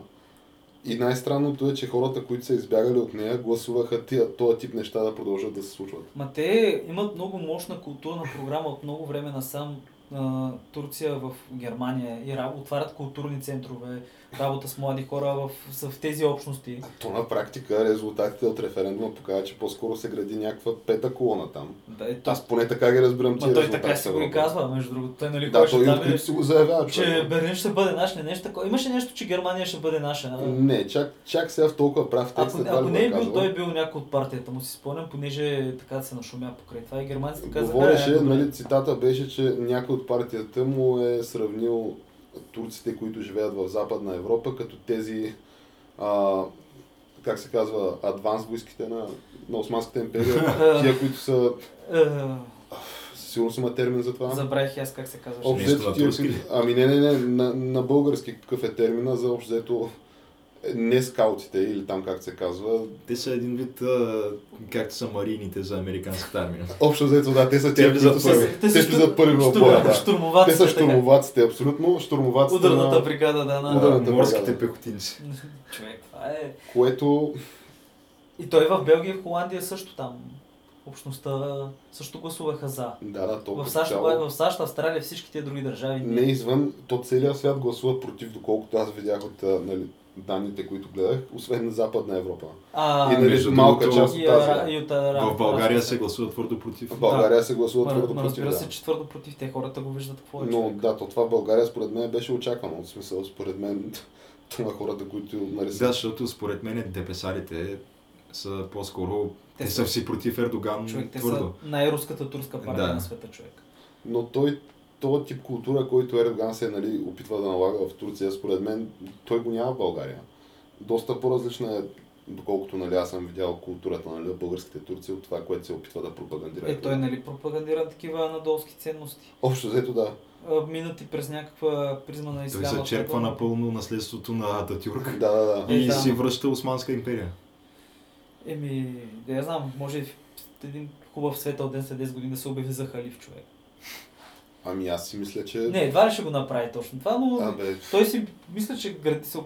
И най-странното е, че хората, които са избягали от нея, гласуваха тия, този тип неща да продължат да се случват. Ма те имат много мощна културна програма от много време насам. а, Турция в Германия и раб- отварят културни центрове, работа с млади хора в, са в тези общности. А то на практика резултатите от референдума показват, че по-скоро се гради някаква пета колона там. Да, е, Аз поне така ги разбирам, че Ма той така си го и казва, между другото. Той нали Да, ходеше той там открито и- си го заявява. човек. че Берлин ще бъде наш, не нещо такова. Имаше нещо, че Германия ще бъде наша. а? Е, Ами, Не, чак, чак сега в толкова прав текст Ако, едва ако ли не го е бил, казвам. той е бил някой от партията му, си спомням, понеже така се нашумя покрай това и германците казаха. Говореше, «Е, добре». нали, цитата беше, че някой от партията му е сравнил турците, които живеят в Западна Европа, като тези, а, как се казва, адванс войските на, на Османската империя, тия, които са, Е, сигурно си има термин за това. Забравих и аз как се казваше. Общо Нещо взето на тия, турски които- ли? ами не, не, не, на, на български какъв е термина за общо взето е, не скаутите или там как се казва. Те са един вид, а, както са марините за американската армия. Общо взето, да, те са Те тия, влизат които Те са, са- те са ще за първи в штур- боя. да. Штурмоваци. Те са така. штурмоваците, абсолютно. Штурмоваците Ударната на... бригада, да, на... Ударната Морските бригада. пехотинци. Човек, това е... Което... И той в Белгия и в Холандия също там. Общността също гласуваха за. Да, да, то В като САЩ, цяло в САЩ, Австралия, всички тия други държави. Не е извън, то целият свят гласува против, доколкото аз видях от а, нали, данните, които гледах, освен на Западна Европа. А, и нали, между малка другото- част и, от а, тази. и от а, В България разлика. се гласува твърдо против. В България се гласува Ма- твърдо ма против. Разбира Да. се, че твърдо против те хората го виждат какво е. Но човек. да, то това в България според мен беше очаквано. В смисъл, според мен това хората, които нали, Да, защото според мен депесарите са по-скоро... Те Те са- са си против Ердоган Човек, те са твърдо. най-руската турска партия Да. на света, човек. Но той, този тип култура, който Ердоган се нали, опитва да налага в Турция, според мен, той го няма в България. Доста по-различна е, доколкото нали, аз съм видял културата на нали, на българските турци от това, което се опитва да пропагандира. Е, той нали пропагандира такива анадолски ценности. Общо взето да. А, Минати през някаква призма на Той исляма. се черпва което- напълно наследството на Ататюрк. Да, да, да. Е, И да. си връща Османска империя. Еми, да я знам, може и в един хубав светъл ден след 10 години да се обяви за халиф, човек. Ами аз си мисля, че... Не, едва ли ще го направи точно това, но Абе, той си мисля, че гради се...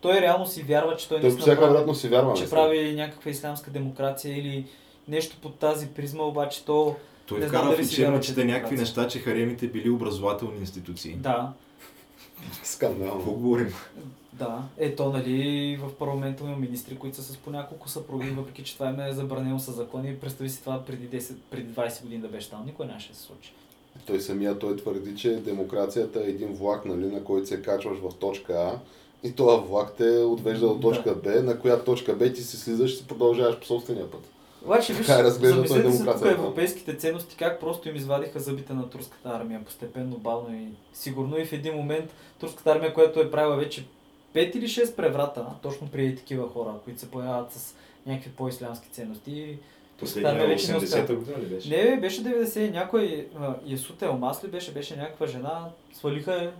Той реално си вярва, че той, той по наистина всяка прави- вероятност си вярва. че наистина. прави някаква ислямска демокрация или нещо под тази призма, обаче то... Той Не знам вкара в дали си вярва, че учебниците е някакви демокрация. неща, че харемите били образователни институции. Да, Какво Скандално. говорим? да. нали Ето, нали, в парламента има министри, които са с по няколко съпруги, въпреки че това им е забранено със закон и представи си това преди, 10, преди 20 години да беше там, никой нямаше да се случи. Той самия той твърди, че демокрацията е един влак, нали, на който се качваш в точка А и този влак те отвежда до точка Б, на която точка Б ти си слизаш и си продължаваш по собствения път. Обаче, виж, Така е разглеждал той замислете се тук демокрацията. европейските ценности, как просто им извадиха зъбите на турската армия, постепенно, бавно и сигурно. И в един момент турската армия, която е правила вече 5 или 6 преврата, точно при такива хора, които се появяват с някакви по-ислямски ценности. И турската армия Последния вече не успява. 80-та година ли беше? Не, бе, беше 90 и някой а, Ясута Елмас ли беше, беше някаква жена, свалиха я.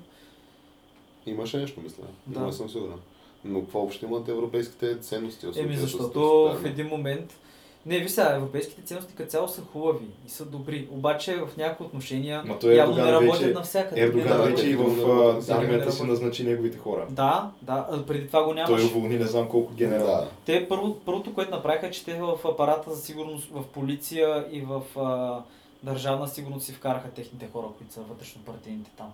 Имаше нещо, мисля. Да. Да. Не съм сигурен. Но какво общо имат европейските ценности? особено Еми с защото тоталитарни? в един момент... Не, виж сега, европейските ценности като цяло са хубави и са добри, обаче в някои отношения Ма той явно не Ердоган работят вече- навсякъде. Ердоган Да, вече и в да, а, армията да, си да. назначи неговите хора. Да, да, а преди това го Той е нямаше. уволни не знам колко генерала. Да. Те първо, първото, което направиха, че те в апарата за сигурност, в полиция и в а, държавна сигурност си вкараха техните хора, които са вътрешно партийните там,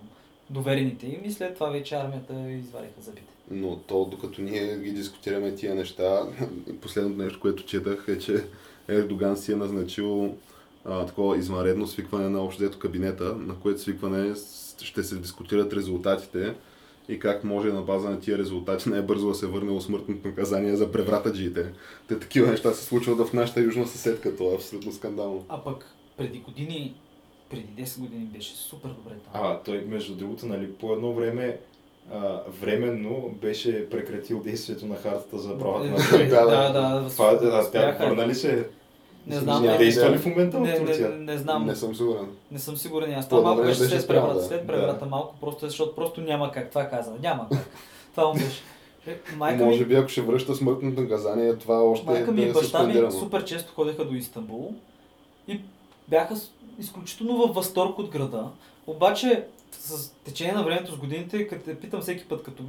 доверените им и след това вече армията извариха зъбите. Но то, докато ние ги дискутираме тия неща, последното нещо, което четах е, че Ердоган си е назначил а, такова извънредно свикване на общо взето кабинета, на което свикване с- ще се дискутират резултатите и как може на база на тия резултати най-бързо да се върне смъртното наказание за превратаджиите. Те такива неща се случват в нашата южна съседка, това е абсолютно скандално. А пък преди години, преди 10 години беше супер добре там. А, той, между другото, нали, по едно време а, временно беше прекратил действието на хартата за правата на Е, човека. Да, да. да, да, Това, е а, тя спряха. върна ли нали се? Не знам, Не не, действа ли в момента в не, не, Турция? не знам, Не не, съм сигурен. съм сигурен. и Аз това По-добре малко беше беше след спрял, преврата, да. след преврата малко, просто защото просто няма как. Това каза, няма как. Това му беше. Е, Майка ми Може би ако ще връща смъртното наказание, това още Майка ми да и е баща ми суспендирано. супер често ходеха до Истанбул и бяха с- изключително във възторг от града. Обаче с течение на времето с годините, като те питам всеки път, като,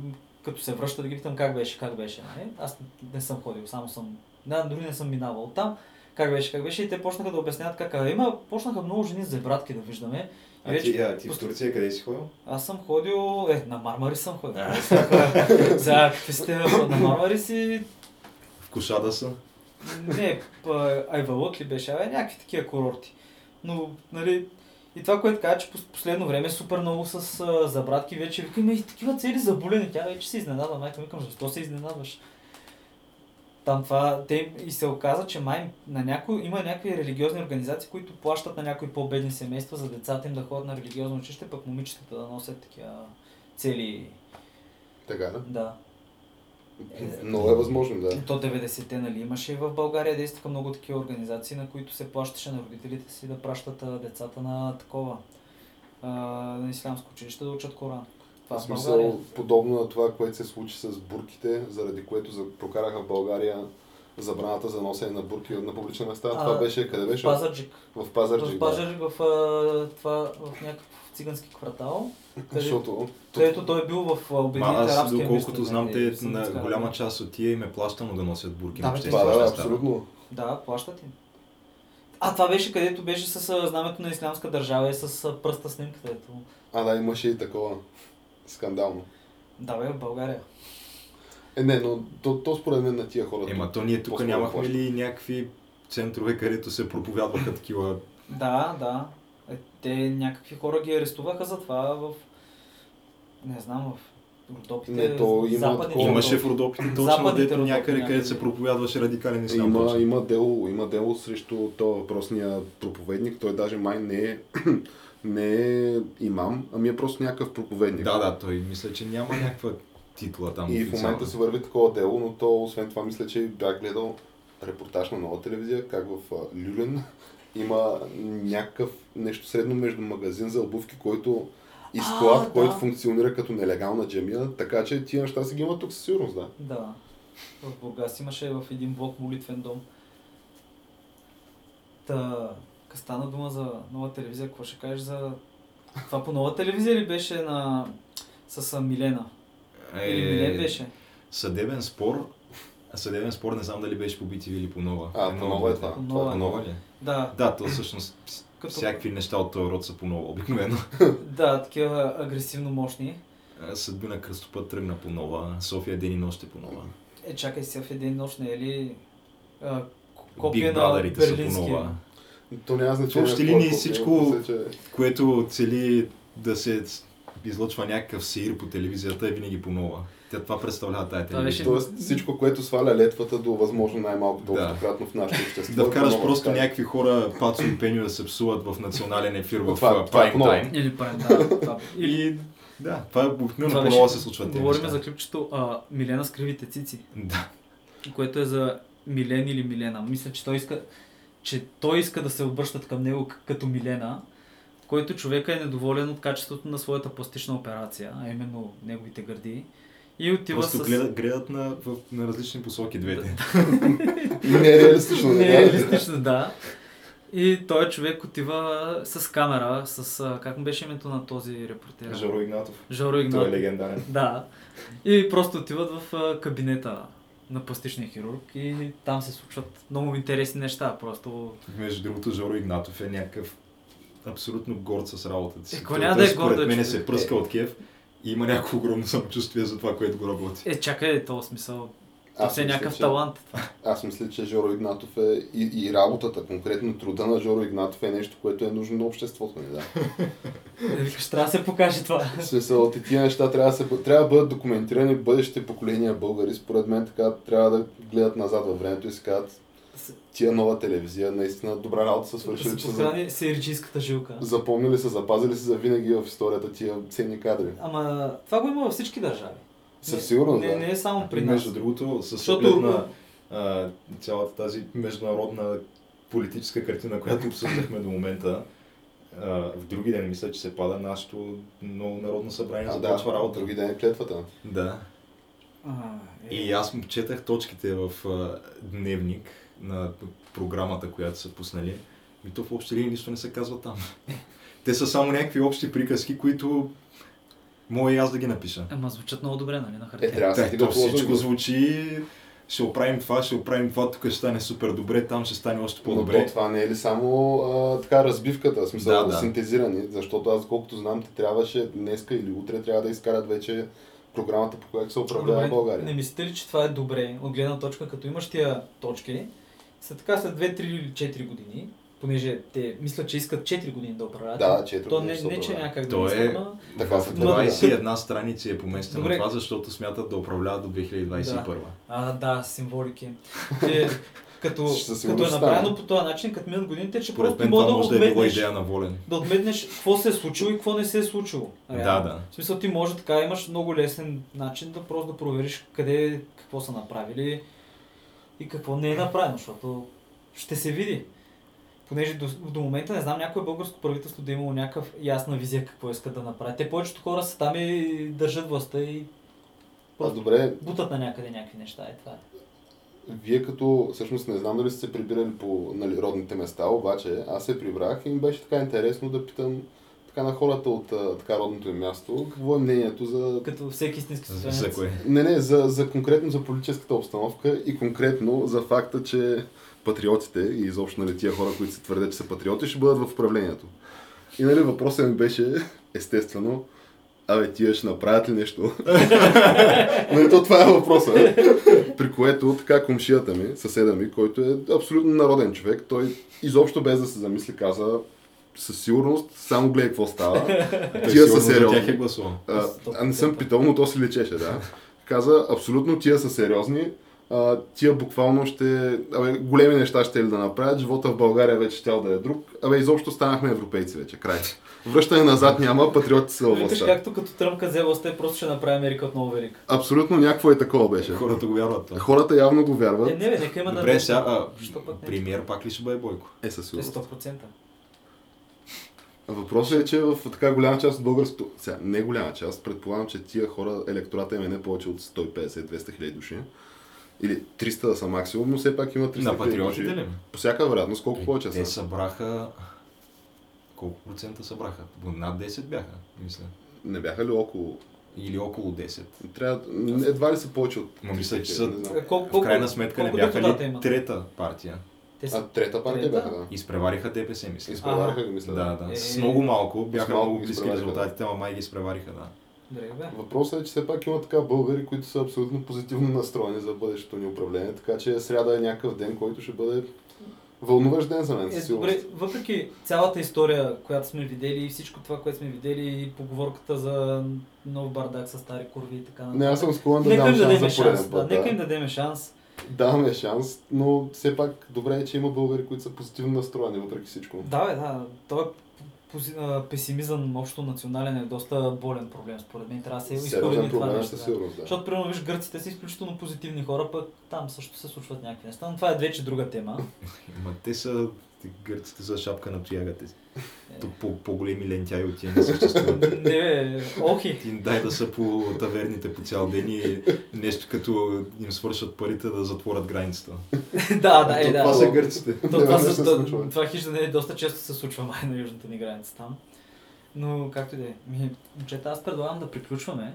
като се връща да ги питам как беше, как беше. Не? Аз не съм ходил, само съм. Да, дори не съм минавал там. Как беше, как беше. И те почнаха да обясняват как. А, има, почнаха много жени за братки да виждаме. И А ти, а, ти в пос- Турция къде си ходил? аз съм ходил, е, на Мармари съм ходил. За какви сте бе, на Мармари си В Кошада са. не, па, Айвалот ли беше, абе, някакви такива курорти. Но, нали, и това, което каза, че пос- последно време е супер много с а, забратки вече, викам, и такива цели заболени, тя вече се изненадва, майка ми, викам, защо се изненадваш? Там това, те им- и се оказа, че май на някой, има някакви религиозни организации, които плащат на някои по-бедни семейства за децата им да ходят на религиозно училище, пък момичетата да носят такива цели, Така, да? да. Много е възможно, да. То 90-те, нали, имаше и в България действаха много такива организации, на които се плащаше на родителите си да пращат а, децата на такова, а, на ислямско училище да учат Коран. Това В в България. смисъл, подобно на това, което се случи с бурките, заради което за- прокараха в България забраната за носене на бурки на публични места. А, това беше, къде беше? Пазарджик. В Пазарджик. В да. Пазарджик, в, а, това, в някакъв цигански квартал, където, Защото където той е бил в а, Ма Обединените аз, арабски доколкото емирства, знам, нали, те е са на така. голяма част от тия им е плащано да носят бурки Да, на бе, е това обществена да, да, стая. абсолютно. Да, плащат им. А това беше където беше с а, знамето на Ислямска държава и с а, пръста снимката. Ето. А, да, имаше и такова. Скандално. Да, бе, в България. Е, не, но то, то според мен на тия хора. Ема то ние тук по-скоро нямахме плаща. ли някакви центрове, където се проповядваха такива... Да, да. Е, Те някакви хора ги арестуваха за това в... Не знам, в Родопите. Не, то има западните такова. Имаше в Родопи. Родопите точно, Западните дето Родопи някъде, някъде. където се проповядваше радикален Е, ислям. Има, точно. има, дело, има дело срещу този въпросния проповедник. Той даже май не е, не е имам, ами е просто някакъв проповедник. Да, да, той мисля, че няма някаква титла там. И в момента се върви такова дело, но то, освен това, мисля, че бях гледал репортаж на нова телевизия, как в а, Люлин има някакъв нещо средно между магазин за обувки, който и А, склад, да. който функционира като нелегална джемия, така че тия неща си ги има тук със сигурност, да. Да. В Бургас имаше в един блок молитвен дом. Та, къс стана дума за нова телевизия, какво ще кажеш за... Това по нова телевизия ли беше на... с а, Милена? Или Милен Е, беше? съдебен спор. Съдебен спор не знам дали беше по BTV или по нова. А, Едно по от нова е двете. това. По нова Това е По е. нова ли? Да, Да, то всъщност вс- Като- всякакви неща от този род са по нова, обикновено. да, такива агресивно мощни. А, Съдбина Е, Кръстопът тръгна по нова, София ден и нощ е по нова. Е, чакай сега в един нощ, не е ли а, к- копия Big на Brother-ите са по берлински? нова. То няма значение. общи какво е линии какво, всичко- мисля, че- Което цели да се с- излъчва някакъв сир по телевизията е винаги по нова. Тя това представлява тая Това беше телевизия. Тоест е всичко, което сваля летвата до възможно най-малкото Да. многократно в нашето общество. Да е вкараш по-нова просто така. някакви хора, Пацо и Пеню да се псуват в национален ефир в Това- а, това е прайм по-ново. тайм. Или прайм, да. това- Или... И да, това е обикновено Това по беше- нова се случват тези Говорим неща. за клипчето а, Милена с кривите цици, Да, което е за Милен или Милена. Мисля, че той иска, че той иска да се обръщат към него к- като Милена, който човека е недоволен от качеството на своята пластична операция, а именно неговите гърди. И отива Просто с... гледат, гледат на, в, на различни посоки двете. Не е реалистично. Не да. е реалистично, да. И той човек отива с камера, с... а, Как му беше името на този репортер? Жоро Игнатов. Жоро Той Игнат. е легендарен. Да. И просто отиват в а, кабинета на пластичния хирург и там се случват много интересни неща. Просто Между другото, Жоро Игнатов е някакъв абсолютно горд с работата си. Е, Той- коня да той е според горд, мен че- е. се пръска от Киев и има някакво огромно самочувствие за това, което го работи. е, чакай, то смисъл. То Аз си е мисля, някакъв че- талант. Аз мисля, че Жоро Игнатов е и, и работата, конкретно труда на Жоро Игнатов е нещо, което е нужно на обществото ни. Да. Е, Викаш, трябва да се покаже това. В смисъл, ти тия неща трябва да, се, бъ- трябва да бъдат документирани бъдещите поколения българи. Според мен така трябва да гледат назад във времето и си казват тия нова телевизия, е наистина добра работа са свършили, че са Похрани сиричийската жилка. запомнили са, запазили се за винаги в историята тия ценни кадри. Ама това го има във всички държави. Със Не- сигурност, не, да. Ами не е само при И нас. между другото, с Защото- оглед на а, цялата тази международна политическа картина, която обсъждахме до момента, а, в други ден мисля, че се пада нашето ново народно събрание А, започва да, работа. други ден е клетвата. Да. А, е. И аз му четах точките в а, дневник на програмата, която са пуснали. И то в общи линии нищо не се казва там. Те са само някакви общи приказки, които мога и аз да ги напиша. Ама звучат много добре, нали, на Е, хартия. трябва да се Те, стига то до всичко лозунга. звучи, ще оправим това, ще оправим това, тук ще стане супер добре, там ще стане още Но по-добре. то това не е ли само а, така разбивката, в смисъл Да, да. синтезирани, защото аз колкото знам, те трябваше днеска или утре трябва да изкарат вече програмата, по която се управлява Добре, България. Не мислите ли, че това е добре от гледна точка, като имаш тия точки, след така след 2, 3 или 4 години, понеже те мислят, че искат 4 години да управляват. Да, четири то години не, ще не, че управляват. някак да То мислят, е- ама- Така В се Ма, гледа, да. 21 страница е поместено Добре. това, защото смятат да управляват до 2021. А, да, символики. Те, като, Със като е сигурност направено става. по този начин, като минат годините, че Поред просто мен мога това да може да е била отметнеш, идея на волен. да отметнеш какво се е случило и какво не се е случило. Да, реално. да. В смисъл ти може така, имаш много лесен начин да просто да провериш къде, какво са направили и какво не е направено, защото ще се види. Понеже до, до момента не знам някое българско правителство да е имало някаква ясна визия какво искат да направят. Те повечето хора са там и държат властта и А е добре, бутат на някъде някакви неща. Е, това е. вие като, всъщност не знам дали сте се прибирали по нали, родните места, обаче аз се прибрах и ми беше така интересно да питам така на хората от а, така родното им място, какво е мнението за Като всеки истински За, социален. за кое? Не, не, за, за конкретно за политическата обстановка и конкретно за факта, че патриотите и изобщо нали, тия хора, които се твърдят, че са патриоти, ще бъдат в управлението. И нали, въпросът ми беше, естествено, абе, тия ще направят ли нещо? нали, то това е въпросът. При което така комшията ми, съседа ми, който е абсолютно народен човек, той изобщо без да се замисли каза, със сигурност, само гледай какво става. Тия са Сигурно за сериозни. Тях е гласувал. А, а не съм питал, но то си лечеше, да. Каза, абсолютно тия са сериозни. А, тия буквално ще... Абе, големи неща ще ли да направят. Живота в България вече ще да е друг. Абе, изобщо станахме европейци вече. Край. Връщане назад няма, патриоти е са във Виждаш властта. както като тръмка взе властта и просто ще направи Америка отново велика. Абсолютно някакво е такова беше. Хората го вярват това. Хората явно го Е, вярват. не бе, нека има Добре, сега, а, Що пък не? премиер пак ли ще бъде Бойко? Е, със Е, сигурност. 100%. Въпросът е, че в така голяма част от българското... Сега, не голяма част, предполагам, че тия хора, електората им е не повече от 150-200 хиляди души. Или 300 да са максимум, но все пак има 300 На хиляди души. патриотите ли? По всяка вероятност, колко повече Е, Те са? събраха... Колко процента събраха? Над 10 бяха, мисля. Не бяха ли около... Или около 10. Трябва... Едва ли са повече от... Ма мисля, че 300, са- не знам. Е, Колко, В колко, крайна сметка не колко бяха депутата има? ли трета партия? Те са А трета партия Трета? бяха, да. Изпревариха ДПС, мисля. Изпревариха ги, мисля. Да, да. С Е. много малко С бяха малко много ги близки изпревариха. резултатите, ама май ги изпревариха, да. Добре, бе. Въпросът е, че все пак има така българи, които са абсолютно позитивно настроени за бъдещето ни управление, така че сряда е някакъв ден, който ще бъде вълнуващ ден за мен. Е, със добре, сигурност. въпреки цялата история, която сме видели и всичко това, което сме видели и поговорката за нов бардак с стари курви и така Не, аз съм склонен да Нека дам им дадем шанс за шанс, пореден да, път. нека им Да. дадем шанс. Даваме шанс, но все пак добре е, че има българи, които са позитивно настроени въпреки всичко. Да, бе, да, той е пози- а, песимизъм общо национален е доста болен проблем според мен. Трябва да се изкорени Сериозен това проблем е нещо. със Да. сигурност, да. Защото, примерно, виж, гърците са изключително позитивни хора, пък там също се случват някакви неща, но това е вече друга тема. Ма те са... Гърците са шапка на тояга тези. По-големи лентяи от тия не съществуват. Не, бе, охи. Ти дай да са по таверните по цял ден и нещо като им свършат парите да затворят границата. да, да, е, да. Това са гърците. То, това, Не, не също, се случва. това, това хиждане доста често се случва май на южната ни граница там. Но както и да е. Ми, Момчета, аз предлагам да приключваме.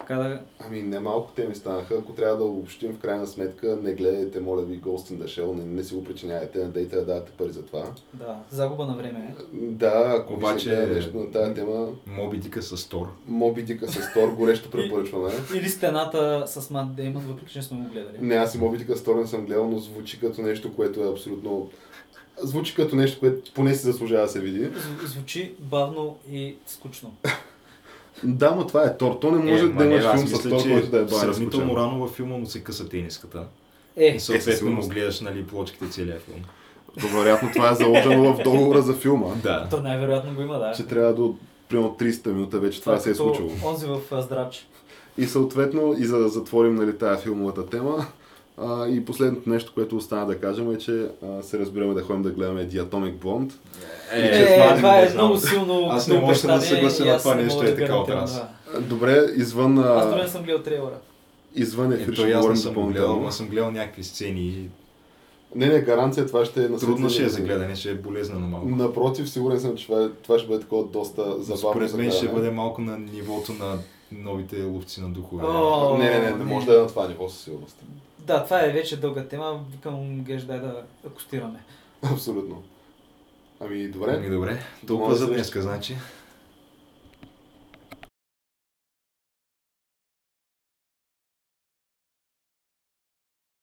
Така да... Ами немалко теми станаха. Ако трябва да обобщим, в крайна сметка не гледайте, моля ви, Ghost in the Shell, не, не си го причинявайте, не дайте да давате пари за това. Да, загуба на време. е. Да, ако Обаче- Обаче... гледа нещо на тази тема, Моби Дика с Тор. Моби Дика с Тор горещо препоръчваме. Или стената с Мат Деймон, въпреки че не сме го гледали. Не, аз и Моби Дика с Тор не съм гледал, но звучи като нещо, което е абсолютно... Звучи като нещо, което поне си заслужава да се види. Зв- звучи бавно и скучно. Да, но това е Тор. То не може ма да не, имаш аз филм с мисля, Тор, че който да е бая Сравнително разкучен. рано във филма му се къса тениската. Е, И съответно му сигурност. гледаш нали, плочките целия филм. То, Вероятно това е заложено в договора за филма. Да. то най-вероятно го има, да. Че трябва до примерно 300 минута вече това се е като случило. Онзи в а, здравче. И съответно, и за да затворим нали, тази филмовата тема, а, и последното нещо, което остана да кажем е, че а, се разбираме да ходим да гледаме Diatomic Blonde. Е, че това е, не това не е знам. много силно. Аз не мога да се обещание съглася и на аз това не нещо, мога да е така от гарантирам, раз. да. А, Добре, извън, Аз дори не а, съм гледал трейлера. извън ефир Ето ще аз не Е, говорим съм го гледал, допълнително. ама съм гледал някакви сцени и Не, не, гаранция това ще е на трудно ще е за следващия- гледане, ще е болезнено малко. Напротив, сигурен съм, че това, е- това ще бъде такова доста Но забавно. Според за мен ще гледане. бъде малко на нивото на новите ловци на духове. О, Не, не, не, не може да е на това ниво със сигурност. Да, това е вече дълга тема. Викам Геш, дай да акустираме. Абсолютно. Ами, добре. Ами добре, Моля, толкова за следващия. днеска, значи.